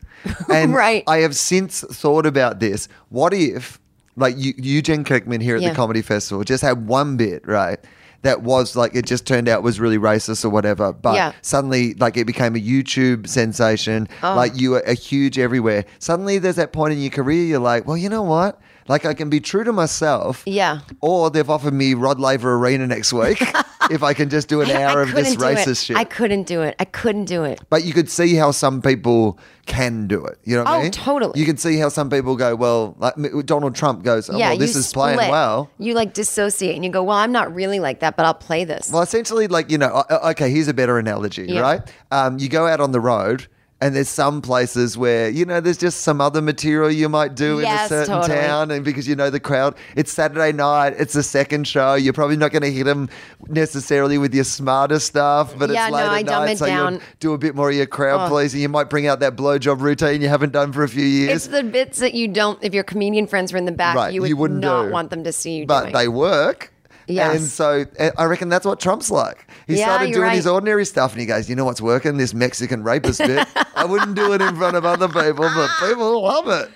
[SPEAKER 3] And
[SPEAKER 2] Right.
[SPEAKER 3] I have since thought about this. What if, like, Eu- Eugene Kirkman here at
[SPEAKER 2] Yeah.
[SPEAKER 3] the Comedy Festival just had one bit, right? That was like, it just turned out was really racist or whatever. But
[SPEAKER 2] Yeah.
[SPEAKER 3] suddenly, like, it became a YouTube sensation.
[SPEAKER 2] Oh.
[SPEAKER 3] Like, you were a huge everywhere. Suddenly, there's that point in your career, you're like, well, you know what? Like, I can be true to myself.
[SPEAKER 2] Yeah.
[SPEAKER 3] Or they've offered me Rod Laver Arena next week if I can just do an hour of this
[SPEAKER 2] couldn't do it.
[SPEAKER 3] racist shit.
[SPEAKER 2] I couldn't do it. I couldn't do it.
[SPEAKER 3] But you could see how some people can do it. You know what I
[SPEAKER 2] Oh,
[SPEAKER 3] mean?
[SPEAKER 2] totally.
[SPEAKER 3] You could see how some people go, well, like m- Donald Trump goes, oh, well, this
[SPEAKER 2] you
[SPEAKER 3] is playing
[SPEAKER 2] split.
[SPEAKER 3] well.
[SPEAKER 2] You like dissociate and you go, Well, I'm not really like that, but I'll play this.
[SPEAKER 3] Well, essentially, like, you know, o- o- okay, here's a better analogy,
[SPEAKER 2] Yeah.
[SPEAKER 3] right? Um, you go out on the road And there's some places where, you know, there's just some other material you might do in a
[SPEAKER 2] Yes,
[SPEAKER 3] certain
[SPEAKER 2] totally.
[SPEAKER 3] town. And because you know the crowd, it's Saturday night, it's the second show. You're probably not going to hit them necessarily with your smarter stuff, but
[SPEAKER 2] Yeah,
[SPEAKER 3] it's
[SPEAKER 2] no,
[SPEAKER 3] late
[SPEAKER 2] I
[SPEAKER 3] at
[SPEAKER 2] dumb
[SPEAKER 3] night.
[SPEAKER 2] it
[SPEAKER 3] so
[SPEAKER 2] down. Oh.
[SPEAKER 3] you'll do a bit more of your crowd pleasing. You might bring out that blowjob routine you haven't done for a few years.
[SPEAKER 2] It's the bits that you don't. If your comedian friends were in the back,
[SPEAKER 3] Right,
[SPEAKER 2] you would
[SPEAKER 3] you wouldn't
[SPEAKER 2] not
[SPEAKER 3] do.
[SPEAKER 2] want them to see you.
[SPEAKER 3] but
[SPEAKER 2] doing.
[SPEAKER 3] they work.
[SPEAKER 2] Yes.
[SPEAKER 3] And so uh, I reckon that's what Trump's like. He
[SPEAKER 2] Yeah,
[SPEAKER 3] started
[SPEAKER 2] you're
[SPEAKER 3] doing his
[SPEAKER 2] right.
[SPEAKER 3] ordinary stuff and he goes, You know what's working? This Mexican rapist bit. I wouldn't do it in front of other people, but people love it.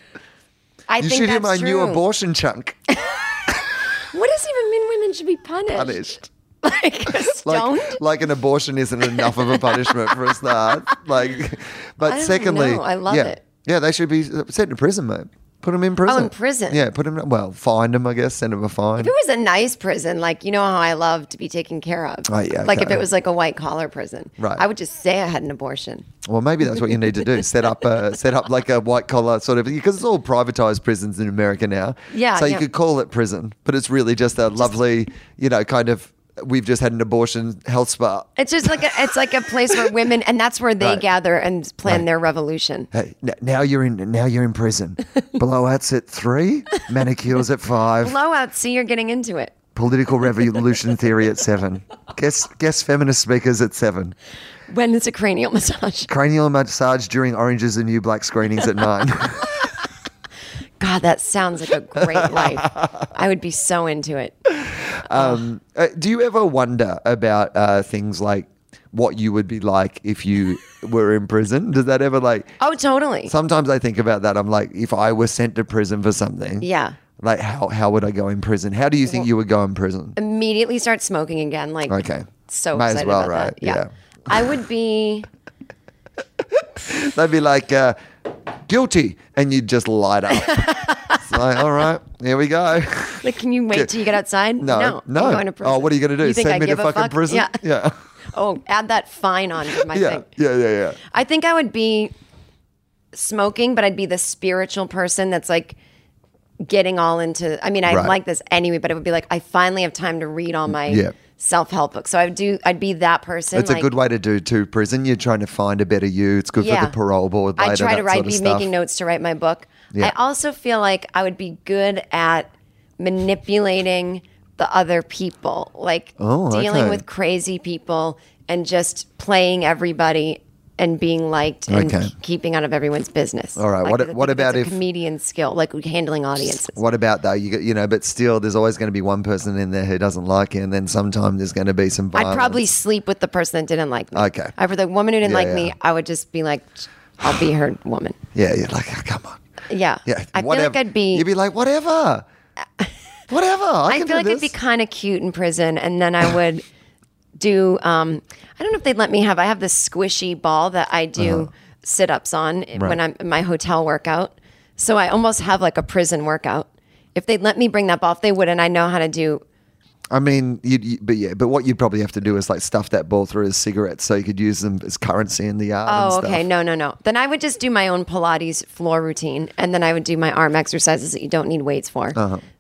[SPEAKER 2] I
[SPEAKER 3] You
[SPEAKER 2] think
[SPEAKER 3] should hear
[SPEAKER 2] that's
[SPEAKER 3] my
[SPEAKER 2] true.
[SPEAKER 3] new abortion chunk
[SPEAKER 2] What does even mean? Women should be punished.
[SPEAKER 3] punished.
[SPEAKER 2] Like stoned.
[SPEAKER 3] Like, like an abortion isn't enough of a punishment for a start. Like, but
[SPEAKER 2] I don't
[SPEAKER 3] secondly,
[SPEAKER 2] know. I love
[SPEAKER 3] yeah,
[SPEAKER 2] it. Oh,
[SPEAKER 3] Yeah, they should be sent to prison, mate. Put them in prison.
[SPEAKER 2] prison.
[SPEAKER 3] Yeah, put them. Well, find them, I guess. Send them a fine.
[SPEAKER 2] if it was a nice prison, like you know how I love to be taken care of.
[SPEAKER 3] Oh, yeah,
[SPEAKER 2] Like if
[SPEAKER 3] okay.
[SPEAKER 2] it was like a white collar prison,
[SPEAKER 3] Right.
[SPEAKER 2] I would just say I had an abortion.
[SPEAKER 3] Well, maybe that's what you need to do. Set up a set up like a white collar sort of because it's all privatized prisons in America now.
[SPEAKER 2] Yeah,
[SPEAKER 3] So you
[SPEAKER 2] yeah.
[SPEAKER 3] could call it prison, but it's really just a lovely, you know, kind of we've just had an abortion health spa.
[SPEAKER 2] It's just like a, it's like a place where women, and that's where they
[SPEAKER 3] Right.
[SPEAKER 2] gather and plan
[SPEAKER 3] Right.
[SPEAKER 2] their revolution.
[SPEAKER 3] Hey, n- now you're in now you're in prison. Blowouts at three, manicures at five,
[SPEAKER 2] Blowout. See, you're getting into it.
[SPEAKER 3] political revolution theory at seven. Guess guess feminist speakers at seven.
[SPEAKER 2] When it's a cranial massage.
[SPEAKER 3] Cranial massage during oranges and new black screenings at nine.
[SPEAKER 2] God, that sounds like a great life. I would be so into it.
[SPEAKER 3] Uh, do you ever wonder about uh, things like what you would be like if you were in prison? Does that ever like?
[SPEAKER 2] Oh, totally.
[SPEAKER 3] Sometimes I think about that. I'm like, if I were sent to prison for something,
[SPEAKER 2] Yeah.
[SPEAKER 3] like how how would I go in prison? How do you think you would go in prison?
[SPEAKER 2] Immediately start smoking again. Like,
[SPEAKER 3] Okay.
[SPEAKER 2] so
[SPEAKER 3] Might as
[SPEAKER 2] excited
[SPEAKER 3] well,
[SPEAKER 2] about
[SPEAKER 3] right?
[SPEAKER 2] that. Yeah.
[SPEAKER 3] Yeah.
[SPEAKER 2] I would be.
[SPEAKER 3] They'd be like, uh, guilty, and you'd just light up. it's like, all right, here we go.
[SPEAKER 2] Like, can you wait till you get outside?
[SPEAKER 3] No,
[SPEAKER 2] no. I'm going to prison.
[SPEAKER 3] Oh, what are you going to do?
[SPEAKER 2] You think
[SPEAKER 3] Send
[SPEAKER 2] I
[SPEAKER 3] me
[SPEAKER 2] give
[SPEAKER 3] to
[SPEAKER 2] a
[SPEAKER 3] fucking
[SPEAKER 2] fuck?
[SPEAKER 3] prison?
[SPEAKER 2] Yeah.
[SPEAKER 3] yeah,
[SPEAKER 2] Oh, add that fine on to my
[SPEAKER 3] yeah,
[SPEAKER 2] thing.
[SPEAKER 3] yeah, yeah, yeah.
[SPEAKER 2] I think I would be smoking, but I'd be the spiritual person that's like getting all into. I mean, I
[SPEAKER 3] Right.
[SPEAKER 2] like this anyway, but it would be like I finally have time to read all my
[SPEAKER 3] Yeah.
[SPEAKER 2] self help books. So I would do. I'd be that person.
[SPEAKER 3] It's
[SPEAKER 2] like,
[SPEAKER 3] a good way to do too. Prison, you're trying to find a better you. It's good for the parole board. Later,
[SPEAKER 2] I try
[SPEAKER 3] that
[SPEAKER 2] to write,
[SPEAKER 3] sort of
[SPEAKER 2] be
[SPEAKER 3] stuff.
[SPEAKER 2] making notes to write my book.
[SPEAKER 3] Yeah.
[SPEAKER 2] I also feel like I would be good at manipulating the other people, like
[SPEAKER 3] Oh,
[SPEAKER 2] dealing
[SPEAKER 3] okay.
[SPEAKER 2] with crazy people and just playing everybody and being liked and
[SPEAKER 3] Okay.
[SPEAKER 2] k- keeping out of everyone's business.
[SPEAKER 3] All right,
[SPEAKER 2] Like,
[SPEAKER 3] what-
[SPEAKER 2] I think
[SPEAKER 3] what
[SPEAKER 2] that's
[SPEAKER 3] about
[SPEAKER 2] a
[SPEAKER 3] if-
[SPEAKER 2] comedian skill, like handling audiences?
[SPEAKER 3] What about though? You, got- you know, but still, there's always going to be one person in there who doesn't like you, and then sometimes there's going to be some. Violence.
[SPEAKER 2] I'd probably sleep with the person that didn't like me.
[SPEAKER 3] Okay.
[SPEAKER 2] I, for the woman who didn't
[SPEAKER 3] Yeah,
[SPEAKER 2] like
[SPEAKER 3] yeah.
[SPEAKER 2] me, I would just be like, I'll be her woman.
[SPEAKER 3] Yeah, you're like, oh, come on.
[SPEAKER 2] Yeah.
[SPEAKER 3] Yeah,
[SPEAKER 2] I feel
[SPEAKER 3] whatever.
[SPEAKER 2] like I'd be.
[SPEAKER 3] You'd be like, whatever, whatever. I,
[SPEAKER 2] I
[SPEAKER 3] can
[SPEAKER 2] feel like
[SPEAKER 3] do
[SPEAKER 2] I'd be
[SPEAKER 3] this.
[SPEAKER 2] kind of cute in prison, and then I would do. Um, I don't know if they'd let me have. I have this squishy ball that I do
[SPEAKER 3] Uh-huh.
[SPEAKER 2] sit ups on when I'm in my hotel workout. So I almost have like a prison workout. If they'd let me bring that ball, if they wouldn't, I know how to do.
[SPEAKER 3] I mean, you'd, you, but yeah, but what you'd probably have to do is like stuff that ball through as cigarettes, so you could use them as currency in the yard. and
[SPEAKER 2] Oh,
[SPEAKER 3] stuff.
[SPEAKER 2] okay. No, no, no. Then I would just do my own Pilates floor routine, and then I would do my arm exercises that you don't need weights for.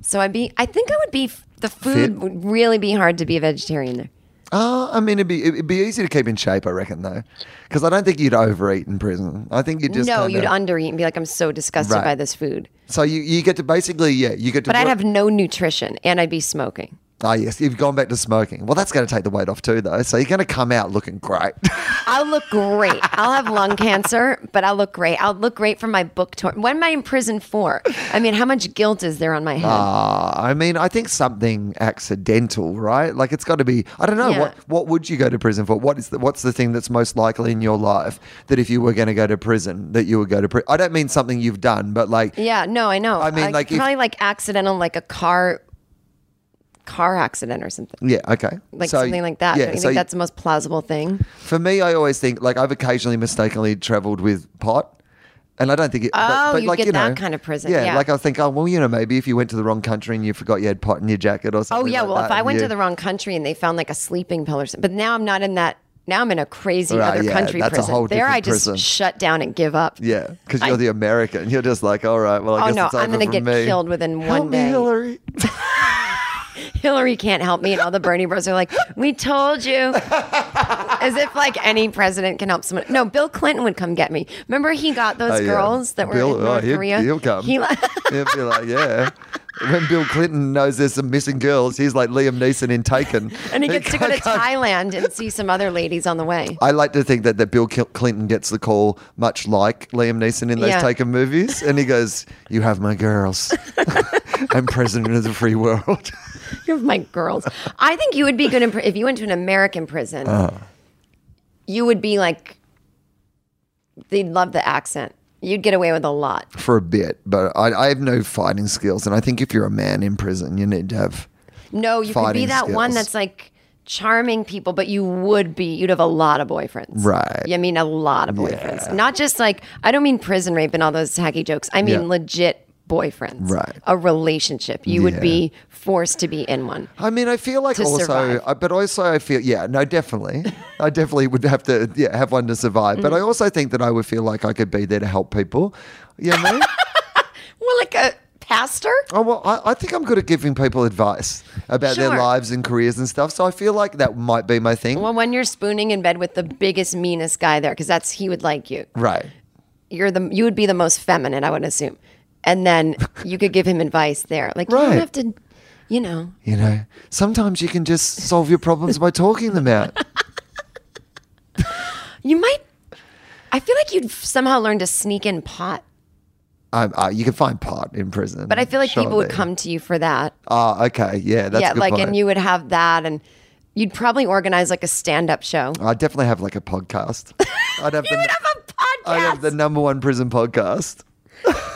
[SPEAKER 2] So I'd be. I think I would be. The food
[SPEAKER 3] Uh-huh. Fit?
[SPEAKER 2] would really be hard to be a vegetarian there.
[SPEAKER 3] Uh, I mean, it'd be it'd be easy to keep in shape, I reckon, though, because I don't think you'd overeat in prison. I think you'd just
[SPEAKER 2] no,
[SPEAKER 3] kinda-
[SPEAKER 2] you'd undereat and be like, I'm so disgusted
[SPEAKER 3] Right.
[SPEAKER 2] by this food.
[SPEAKER 3] So you, you get to basically yeah you get to.
[SPEAKER 2] But I'd
[SPEAKER 3] work-
[SPEAKER 2] have no nutrition and I'd be smoking.
[SPEAKER 3] Ah, yes, you've gone back to smoking. Well, that's going to take the weight off too, though. So you're going to come out looking great.
[SPEAKER 2] I'll look great. I'll have lung cancer, but I'll look great. I'll look great for my book tour. What am I in prison for? I mean, how much guilt is there on my head?
[SPEAKER 3] Ah, I mean, I think something accidental, right? Like it's got to be. I don't know
[SPEAKER 2] Yeah.
[SPEAKER 3] what what would you go to prison for? What is the, what's the thing that's most likely in your life that if you were going to go to prison that you would go to prison? I don't mean something you've done, but like
[SPEAKER 2] yeah, no, I know. Uh,
[SPEAKER 3] I mean, like, if-
[SPEAKER 2] probably like accidental, like a car, car accident or something,
[SPEAKER 3] yeah, okay,
[SPEAKER 2] like
[SPEAKER 3] So-
[SPEAKER 2] something like that. Don't you
[SPEAKER 3] so
[SPEAKER 2] think that's the most plausible thing?
[SPEAKER 3] For me, I always think like I've occasionally mistakenly travelled with pot, and I don't think it. but,
[SPEAKER 2] Oh,
[SPEAKER 3] but
[SPEAKER 2] you
[SPEAKER 3] like,
[SPEAKER 2] get
[SPEAKER 3] you know,
[SPEAKER 2] that kind of prison,
[SPEAKER 3] Yeah,
[SPEAKER 2] yeah.
[SPEAKER 3] like I think, oh well, you know, maybe if you went to the wrong country and you forgot you had pot in your jacket or
[SPEAKER 2] Oh
[SPEAKER 3] something.
[SPEAKER 2] yeah,
[SPEAKER 3] like
[SPEAKER 2] well,
[SPEAKER 3] that,
[SPEAKER 2] if I
[SPEAKER 3] and
[SPEAKER 2] went
[SPEAKER 3] you-
[SPEAKER 2] to the wrong country and they found like a sleeping pill or something, but now I'm not in that. Now I'm in a crazy
[SPEAKER 3] Right,
[SPEAKER 2] other
[SPEAKER 3] yeah,
[SPEAKER 2] country
[SPEAKER 3] that's a
[SPEAKER 2] prison.
[SPEAKER 3] whole
[SPEAKER 2] there,
[SPEAKER 3] different
[SPEAKER 2] I just
[SPEAKER 3] prison.
[SPEAKER 2] shut down and give up.
[SPEAKER 3] yeah, because you're
[SPEAKER 2] I-
[SPEAKER 3] the American, you're just like, all right, well, I
[SPEAKER 2] Oh
[SPEAKER 3] guess
[SPEAKER 2] no,
[SPEAKER 3] it's over
[SPEAKER 2] I'm gonna
[SPEAKER 3] for
[SPEAKER 2] get
[SPEAKER 3] me.
[SPEAKER 2] killed within one
[SPEAKER 3] Help me,
[SPEAKER 2] day.
[SPEAKER 3] Hillary.
[SPEAKER 2] Hillary can't help me. And all the Bernie bros are like, we told you. As if like any president can help someone. No, Bill Clinton would come get me. Remember he got those
[SPEAKER 3] Oh, yeah.
[SPEAKER 2] girls that were
[SPEAKER 3] Bill-
[SPEAKER 2] in North
[SPEAKER 3] oh, he'd-
[SPEAKER 2] Korea?
[SPEAKER 3] he'll come.
[SPEAKER 2] He, li-
[SPEAKER 3] He'd be like, yeah. When Bill Clinton knows there's some missing girls, he's like Liam Neeson in Taken.
[SPEAKER 2] and he gets to go to
[SPEAKER 3] I can't-
[SPEAKER 2] Thailand and see some other ladies on the way.
[SPEAKER 3] I like to think that, that Bill Kil- Clinton gets the call, much like Liam Neeson in those
[SPEAKER 2] Yeah.
[SPEAKER 3] Taken movies, and he goes, "You have my girls. I'm president of the free world."
[SPEAKER 2] You're my girls. I think you would be good in, pri- if you went to an American prison.
[SPEAKER 3] Uh-huh.
[SPEAKER 2] You would be like, they'd love the accent. You'd get away with a lot.
[SPEAKER 3] for a bit, but I, I have no fighting skills, and I think if you're a man in prison, you need to have.
[SPEAKER 2] No, you could be
[SPEAKER 3] Fighting
[SPEAKER 2] that one
[SPEAKER 3] skills.
[SPEAKER 2] that's like charming people, but you would be, you'd have a lot of boyfriends.
[SPEAKER 3] Right.
[SPEAKER 2] I mean, a lot of boyfriends. Not just like, I don't mean prison rape and all those hacky jokes. I mean
[SPEAKER 3] Yeah.
[SPEAKER 2] legit boyfriends.
[SPEAKER 3] Right.
[SPEAKER 2] A relationship. You would
[SPEAKER 3] Yeah.
[SPEAKER 2] be forced to be in one.
[SPEAKER 3] I mean, I feel like
[SPEAKER 2] To survive.
[SPEAKER 3] also, I, but also I feel yeah, no, definitely, I definitely would have to yeah have one to survive.
[SPEAKER 2] Mm.
[SPEAKER 3] But I also think that I would feel like I could be there to help people. You know, what I mean?
[SPEAKER 2] Well, like a pastor?
[SPEAKER 3] oh well, I, I think I'm good at giving people advice about
[SPEAKER 2] Sure.
[SPEAKER 3] their lives and careers and stuff. So I feel like that might be my thing.
[SPEAKER 2] Well, when you're spooning in bed with the biggest, meanest guy there, because that's, he would like you.
[SPEAKER 3] right.
[SPEAKER 2] You're the, you would be the most feminine, I would assume. And then you could give him advice there. Like, you
[SPEAKER 3] Right.
[SPEAKER 2] don't have to, you know.
[SPEAKER 3] You know, sometimes you can just solve your problems by talking them out.
[SPEAKER 2] You might. I feel like you'd somehow learn to sneak in pot,
[SPEAKER 3] Um, uh, you can find pot in prison,
[SPEAKER 2] but I feel like people would
[SPEAKER 3] surely.
[SPEAKER 2] come to you for that.
[SPEAKER 3] Ah, okay, yeah, that's a
[SPEAKER 2] yeah,
[SPEAKER 3] good
[SPEAKER 2] like,
[SPEAKER 3] point.
[SPEAKER 2] and you would have that, and you'd probably organize like a stand-up show.
[SPEAKER 3] I definitely have like a podcast. I'd have,
[SPEAKER 2] You
[SPEAKER 3] the,
[SPEAKER 2] would have a
[SPEAKER 3] I'd
[SPEAKER 2] podcast.
[SPEAKER 3] have the number one prison podcast.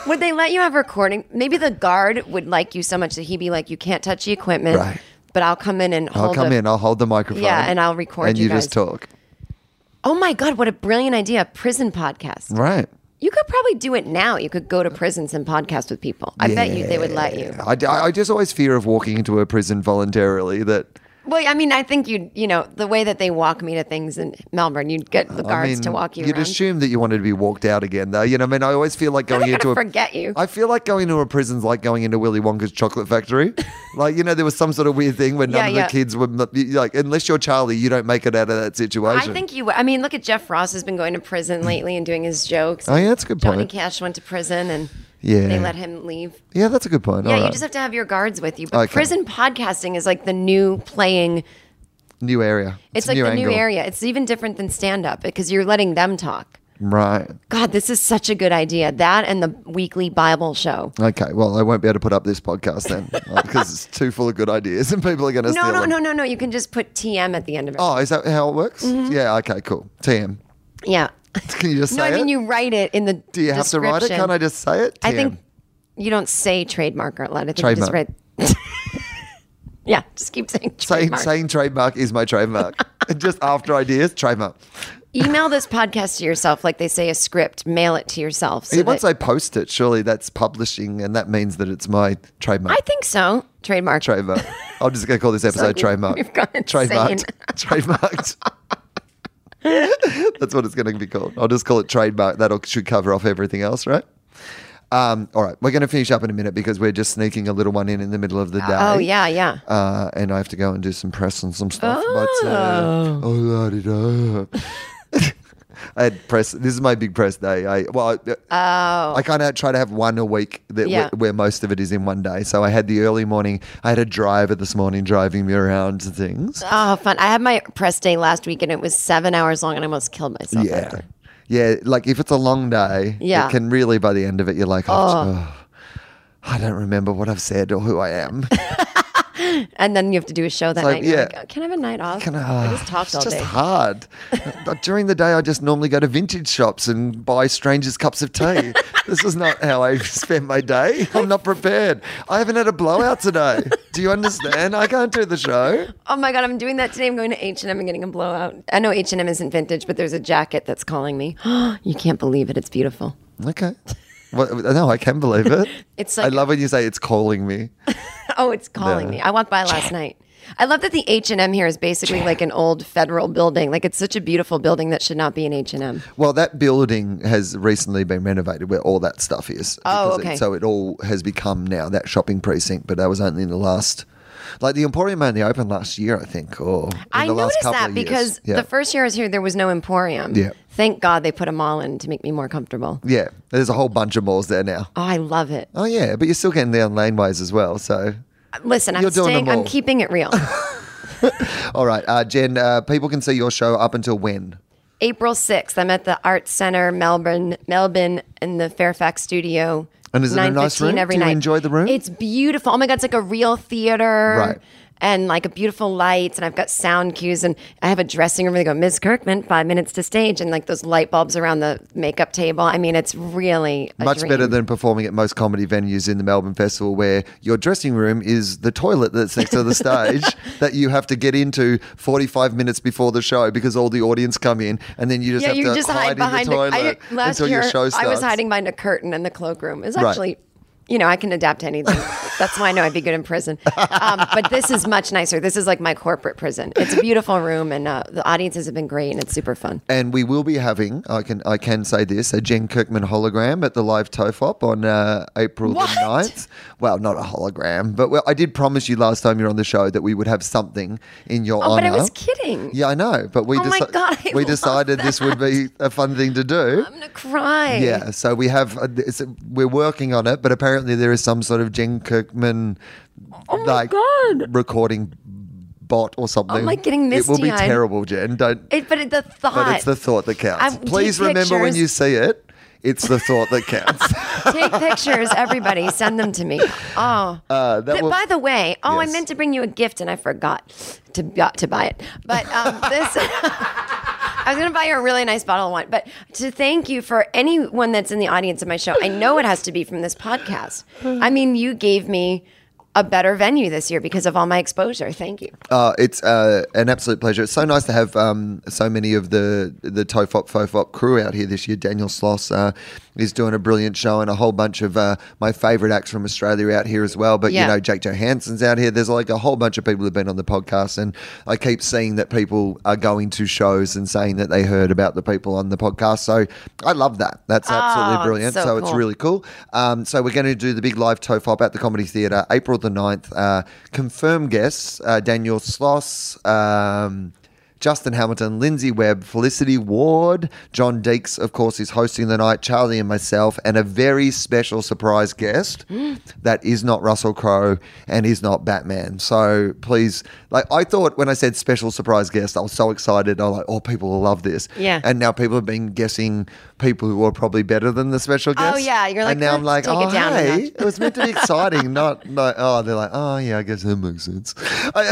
[SPEAKER 2] would they let you have recording? Maybe the guard would like you so much that he'd be like, "You can't touch the equipment,
[SPEAKER 3] Right.
[SPEAKER 2] but I'll come in and
[SPEAKER 3] I'll
[SPEAKER 2] hold
[SPEAKER 3] come
[SPEAKER 2] a-
[SPEAKER 3] in, I'll hold the microphone.
[SPEAKER 2] Yeah, and I'll record
[SPEAKER 3] And
[SPEAKER 2] you
[SPEAKER 3] you, just
[SPEAKER 2] guys.
[SPEAKER 3] talk.
[SPEAKER 2] Oh my god, what a brilliant idea! A prison podcast.
[SPEAKER 3] Right.
[SPEAKER 2] You could probably do it now. You could go to prisons and podcast with people. I bet you they would let you.
[SPEAKER 3] I, d- I just always fear of walking into a prison voluntarily that
[SPEAKER 2] Well, I mean, I think you'd, you know, the way that they walk me to things in Melbourne, you'd get the guards
[SPEAKER 3] I mean,
[SPEAKER 2] to walk you
[SPEAKER 3] would
[SPEAKER 2] around.
[SPEAKER 3] assume that you wanted to be walked out again, though. You know, what I mean, I always feel like
[SPEAKER 2] They're
[SPEAKER 3] going
[SPEAKER 2] not
[SPEAKER 3] into
[SPEAKER 2] gonna
[SPEAKER 3] a
[SPEAKER 2] forget you.
[SPEAKER 3] I feel like going into a prison's like going into Willy Wonka's chocolate factory. like you know, there was some sort of weird thing where none
[SPEAKER 2] Yeah,
[SPEAKER 3] of
[SPEAKER 2] yeah.
[SPEAKER 3] the kids were like, unless you're Charlie, you don't make it out of that
[SPEAKER 2] I
[SPEAKER 3] situation.
[SPEAKER 2] think you. I mean, look at Jeff Ross has been going to prison lately and doing his jokes.
[SPEAKER 3] Mm. Oh, yeah, that's a good
[SPEAKER 2] Johnny
[SPEAKER 3] point.
[SPEAKER 2] Cash went to prison and
[SPEAKER 3] Yeah.
[SPEAKER 2] they let him leave.
[SPEAKER 3] yeah, that's a good point.
[SPEAKER 2] Yeah,
[SPEAKER 3] All
[SPEAKER 2] you
[SPEAKER 3] right.
[SPEAKER 2] just have to have your guards with you. But
[SPEAKER 3] Okay.
[SPEAKER 2] prison podcasting is like the new playing.
[SPEAKER 3] new area.
[SPEAKER 2] It's,
[SPEAKER 3] a
[SPEAKER 2] like
[SPEAKER 3] new
[SPEAKER 2] the
[SPEAKER 3] angle.
[SPEAKER 2] new area. It's even different than stand up because you're letting them talk.
[SPEAKER 3] Right.
[SPEAKER 2] God, this is such a good idea. That and the weekly Bible show.
[SPEAKER 3] Okay. Well, I won't be able to put up this podcast then because it's too full of good ideas and people are going to
[SPEAKER 2] No,
[SPEAKER 3] steal
[SPEAKER 2] no,
[SPEAKER 3] them.
[SPEAKER 2] no, no, no. You can just put TM at the end of it.
[SPEAKER 3] Oh, is that how it works? Yeah. Okay. Cool. TM.
[SPEAKER 2] Yeah.
[SPEAKER 3] Can you just
[SPEAKER 2] Mm-hmm. No,
[SPEAKER 3] say
[SPEAKER 2] I mean
[SPEAKER 3] it?
[SPEAKER 2] you write it in the.
[SPEAKER 3] Do you have to write it? Can't I just say it? TM.
[SPEAKER 2] I think you don't say trademark or let it. Just
[SPEAKER 3] Trademark.
[SPEAKER 2] write. yeah, just keep saying
[SPEAKER 3] saying,
[SPEAKER 2] trademark.
[SPEAKER 3] saying trademark is my trademark. just after ideas, trademark.
[SPEAKER 2] Email this podcast to yourself, like they say a script. Mail it to yourself. So
[SPEAKER 3] See, once
[SPEAKER 2] that-
[SPEAKER 3] I post it, surely that's publishing, and that means that it's my trademark.
[SPEAKER 2] I think so. Trademark.
[SPEAKER 3] trademark. I'm just going to call this episode
[SPEAKER 2] you-
[SPEAKER 3] trademark.
[SPEAKER 2] you've gone insane.
[SPEAKER 3] trademarked. Trademarked. That's what it's going to be called. I'll just call it trademark. That will should cover off everything else, right? Um, all right, we're going to finish up in a minute because we're just sneaking a little one in in the middle of the day.
[SPEAKER 2] oh yeah, yeah.
[SPEAKER 3] Uh, and I have to go and do some press and some stuff. But, uh, oh, la di da. I had press. This is my big press day. I well, I kind of try to have one a week that
[SPEAKER 2] Oh. Yeah.
[SPEAKER 3] where, where most of it is in one day. So I had the early morning. I had a driver this morning driving me around to things.
[SPEAKER 2] Oh, fun. I had my press day last week and it was seven hours long and I almost killed myself.
[SPEAKER 3] yeah, yeah. Like if it's a long day,
[SPEAKER 2] Yeah.
[SPEAKER 3] it can really by the end of it, you're like, oh, oh, I don't remember what I've said or who I am.
[SPEAKER 2] And then you have to do a show that
[SPEAKER 3] like,
[SPEAKER 2] night. and you're
[SPEAKER 3] yeah.
[SPEAKER 2] like, "Oh, can I have a night off?
[SPEAKER 3] Can
[SPEAKER 2] I
[SPEAKER 3] I-
[SPEAKER 2] just talked all
[SPEAKER 3] uh, it's just
[SPEAKER 2] day.
[SPEAKER 3] hard. But During the day, I just normally go to vintage shops and buy strangers cups of tea. this is not how I spend my day. I'm not prepared. I haven't had a blowout today. Do you understand? I can't do the show.
[SPEAKER 2] Oh my god, I'm doing that today. I'm going to H and M and getting a blowout. I know H and M isn't vintage, but there's a jacket that's calling me. you can't believe it. It's beautiful.
[SPEAKER 3] Okay. Well, no, I can believe it.
[SPEAKER 2] It's
[SPEAKER 3] I
[SPEAKER 2] like-
[SPEAKER 3] love when you say it's calling me.
[SPEAKER 2] Oh, it's calling
[SPEAKER 3] No.
[SPEAKER 2] me. I walked by last night. I love that the H and M here is basically like an old federal building. Like it's such a beautiful building that should not be an H and M.
[SPEAKER 3] Well, that building has recently been renovated where all that stuff is.
[SPEAKER 2] Oh,
[SPEAKER 3] Because it-
[SPEAKER 2] okay.
[SPEAKER 3] so it all has become now that shopping precinct, but that was only in the last Like the Emporium only opened last year, I think, or in
[SPEAKER 2] I
[SPEAKER 3] the last
[SPEAKER 2] noticed
[SPEAKER 3] couple
[SPEAKER 2] that
[SPEAKER 3] of years.
[SPEAKER 2] because
[SPEAKER 3] yeah.
[SPEAKER 2] the first year I was here, there was no Emporium.
[SPEAKER 3] Yeah.
[SPEAKER 2] Thank God they put a mall in to make me more comfortable.
[SPEAKER 3] yeah, there's a whole bunch of malls there now.
[SPEAKER 2] Oh, I love it.
[SPEAKER 3] Oh yeah, but you're still getting there on laneways as well. So,
[SPEAKER 2] Listen, I'm
[SPEAKER 3] You're doing
[SPEAKER 2] staying.
[SPEAKER 3] them
[SPEAKER 2] I'm
[SPEAKER 3] all.
[SPEAKER 2] keeping it real.
[SPEAKER 3] all right, uh, Jen, uh, people can see your show up until when?
[SPEAKER 2] April 6th, I'm at the Arts Centre, Melbourne, Melbourne, in the Fairfax studio.
[SPEAKER 3] And is it a nice
[SPEAKER 2] 9:15
[SPEAKER 3] room?
[SPEAKER 2] Every
[SPEAKER 3] Do you
[SPEAKER 2] night.
[SPEAKER 3] enjoy the room?
[SPEAKER 2] It's beautiful. Oh my God, it's like a real theater.
[SPEAKER 3] Right.
[SPEAKER 2] And like a beautiful lights, and I've got sound cues, and I have a dressing room where they go, Ms. Kirkman, five minutes to stage, and like those light bulbs around the makeup table. I mean, it's really a
[SPEAKER 3] Much
[SPEAKER 2] dream.
[SPEAKER 3] better than performing at most comedy venues in the Melbourne Festival, where your dressing room is the toilet that's next to the stage that you have to get into 45 minutes before the show because all the audience come in, and then you just
[SPEAKER 2] yeah,
[SPEAKER 3] have
[SPEAKER 2] you
[SPEAKER 3] to
[SPEAKER 2] just
[SPEAKER 3] hide
[SPEAKER 2] hide
[SPEAKER 3] in
[SPEAKER 2] behind.
[SPEAKER 3] the
[SPEAKER 2] a-
[SPEAKER 3] toilet
[SPEAKER 2] I, last
[SPEAKER 3] until
[SPEAKER 2] year,
[SPEAKER 3] your show starts.
[SPEAKER 2] I was hiding behind a curtain in the cloakroom. It's
[SPEAKER 3] Right.
[SPEAKER 2] actually, you know, I can adapt to anything. That's why I know I'd be good in prison. Um, but this is much nicer. This is like my corporate prison. It's a beautiful room, and uh, the audiences have been great, and it's super fun.
[SPEAKER 3] And we will be having, I can I can say this, a Jen Kirkman hologram at the live TOEFOP on uh, April
[SPEAKER 2] What?
[SPEAKER 3] the 9th. Well, not a hologram, but well, I did promise you last time you were on the show that we would have something in your
[SPEAKER 2] Oh,
[SPEAKER 3] honor.
[SPEAKER 2] but I was kidding.
[SPEAKER 3] Yeah, I know, but we,
[SPEAKER 2] Oh my
[SPEAKER 3] deci-
[SPEAKER 2] God, I
[SPEAKER 3] we
[SPEAKER 2] love
[SPEAKER 3] decided this would be a fun thing to do.
[SPEAKER 2] I'm gonna cry.
[SPEAKER 3] Yeah, so we have uh, it's, we're working on it, but apparently there is some sort of Jen Kirkman
[SPEAKER 2] Oh my God.
[SPEAKER 3] recording bot or something.
[SPEAKER 2] I'm, like, getting
[SPEAKER 3] It will be
[SPEAKER 2] misty-eyed.
[SPEAKER 3] terrible, Jen. Don't
[SPEAKER 2] It, but it, the thought.
[SPEAKER 3] but it's the thought that counts.
[SPEAKER 2] I've-
[SPEAKER 3] Please
[SPEAKER 2] take
[SPEAKER 3] remember when
[SPEAKER 2] pictures.
[SPEAKER 3] you see it, it's the thought that counts.
[SPEAKER 2] Take pictures, everybody. Send them to me. Oh,
[SPEAKER 3] Uh, that
[SPEAKER 2] Th-
[SPEAKER 3] will-
[SPEAKER 2] by the way, oh, I
[SPEAKER 3] Yes.
[SPEAKER 2] meant to bring you a gift and I forgot to got to buy it. But um, this, I was going to buy you a really nice bottle of wine. But to thank you for anyone that's in the audience of my show, I know it has to be from this podcast. I mean, you gave me a better venue this year because of all my exposure. Thank you.
[SPEAKER 3] Uh, it's uh, an absolute pleasure. It's so nice to have um, so many of the the Tofop Fofop crew out here this year. Daniel Sloss uh, is doing a brilliant show, and a whole bunch of uh, my favourite acts from Australia are out here as well. But
[SPEAKER 2] Yeah.
[SPEAKER 3] you know, Jake Johansson's out here. There's like a whole bunch of people who've been on the podcast, and I keep seeing that people are going to shows and saying that they heard about the people on the podcast. So I love that. That's absolutely
[SPEAKER 2] Oh, it's
[SPEAKER 3] brilliant.
[SPEAKER 2] so
[SPEAKER 3] So, it's
[SPEAKER 2] cool.
[SPEAKER 3] really cool. Um, so we're going to do the big live TOEFOP at the Comedy Theatre, April the 9th. Uh, confirmed guests, uh, Daniel Sloss, um, Justin Hamilton, Lindsay Webb, Felicity Ward, John Deeks, of course, is hosting the night, Charlie and myself, and a very special surprise guest that is not Russell Crowe and is not Batman. So please, like, I thought when I said special surprise guest, I was so excited. I was like, oh, people will love this.
[SPEAKER 2] Yeah.
[SPEAKER 3] And now people have been guessing people who are probably better than the special guest.
[SPEAKER 2] Oh, yeah. You're like,
[SPEAKER 3] and now I'm
[SPEAKER 2] "Let's
[SPEAKER 3] like,
[SPEAKER 2] take it
[SPEAKER 3] oh,
[SPEAKER 2] down a
[SPEAKER 3] hey,
[SPEAKER 2] notch."
[SPEAKER 3] it was meant to be exciting, not like, oh, they're like, oh, yeah, I guess that makes sense. but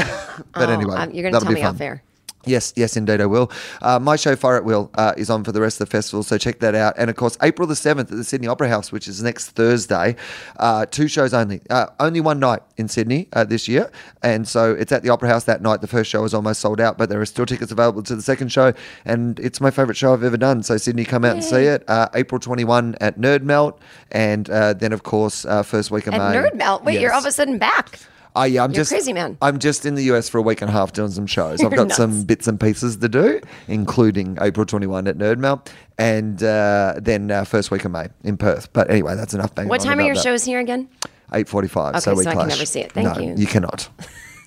[SPEAKER 2] Oh,
[SPEAKER 3] anyway,
[SPEAKER 2] um, you're going to
[SPEAKER 3] that'll
[SPEAKER 2] tell
[SPEAKER 3] be
[SPEAKER 2] me
[SPEAKER 3] fun.
[SPEAKER 2] off air.
[SPEAKER 3] Yes, yes, indeed, I will. Uh, my show Fire at Will uh, is on for the rest of the festival, so check that out. And of course, April the seventh at the Sydney Opera House, which is next Thursday. Uh, two shows only, uh, only one night in Sydney uh, this year, and so it's at the Opera House that night. The first show is almost sold out, but there are still tickets available to the second show, and it's my favourite show I've ever done. So Sydney, come out and see it. Uh, April twenty one at Nerd Melt, and uh, then of course uh, first week of
[SPEAKER 2] And
[SPEAKER 3] May.
[SPEAKER 2] Nerd Melt. Wait, you're all
[SPEAKER 3] Yes.
[SPEAKER 2] of a sudden back.
[SPEAKER 3] Oh yeah, I'm
[SPEAKER 2] You're
[SPEAKER 3] just
[SPEAKER 2] crazy, man.
[SPEAKER 3] I'm just in the US for a week and a half doing some shows. I've
[SPEAKER 2] You're
[SPEAKER 3] got
[SPEAKER 2] nuts.
[SPEAKER 3] some bits and pieces to do, including April 21 at Nerdmelt, and uh, then uh, first week of May in Perth. But anyway, that's enough. Banging
[SPEAKER 2] What
[SPEAKER 3] on
[SPEAKER 2] time are
[SPEAKER 3] about
[SPEAKER 2] your
[SPEAKER 3] that.
[SPEAKER 2] shows here again?
[SPEAKER 3] 8:45. so
[SPEAKER 2] Okay,
[SPEAKER 3] we
[SPEAKER 2] so I can
[SPEAKER 3] clash.
[SPEAKER 2] never see it. Thank
[SPEAKER 3] no,
[SPEAKER 2] you.
[SPEAKER 3] You cannot.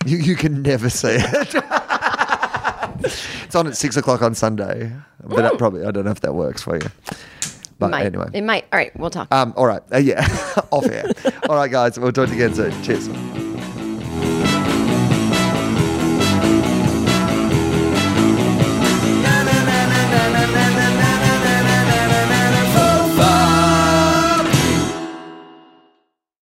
[SPEAKER 3] you you can never see it. it's on at six o'clock on Sunday, but that probably I don't know if that works for you. But
[SPEAKER 2] Hmm. might.
[SPEAKER 3] anyway,
[SPEAKER 2] It might. All right, we'll talk.
[SPEAKER 3] um, all right, uh, yeah, off air. all right, guys, we'll talk to you again soon. Cheers.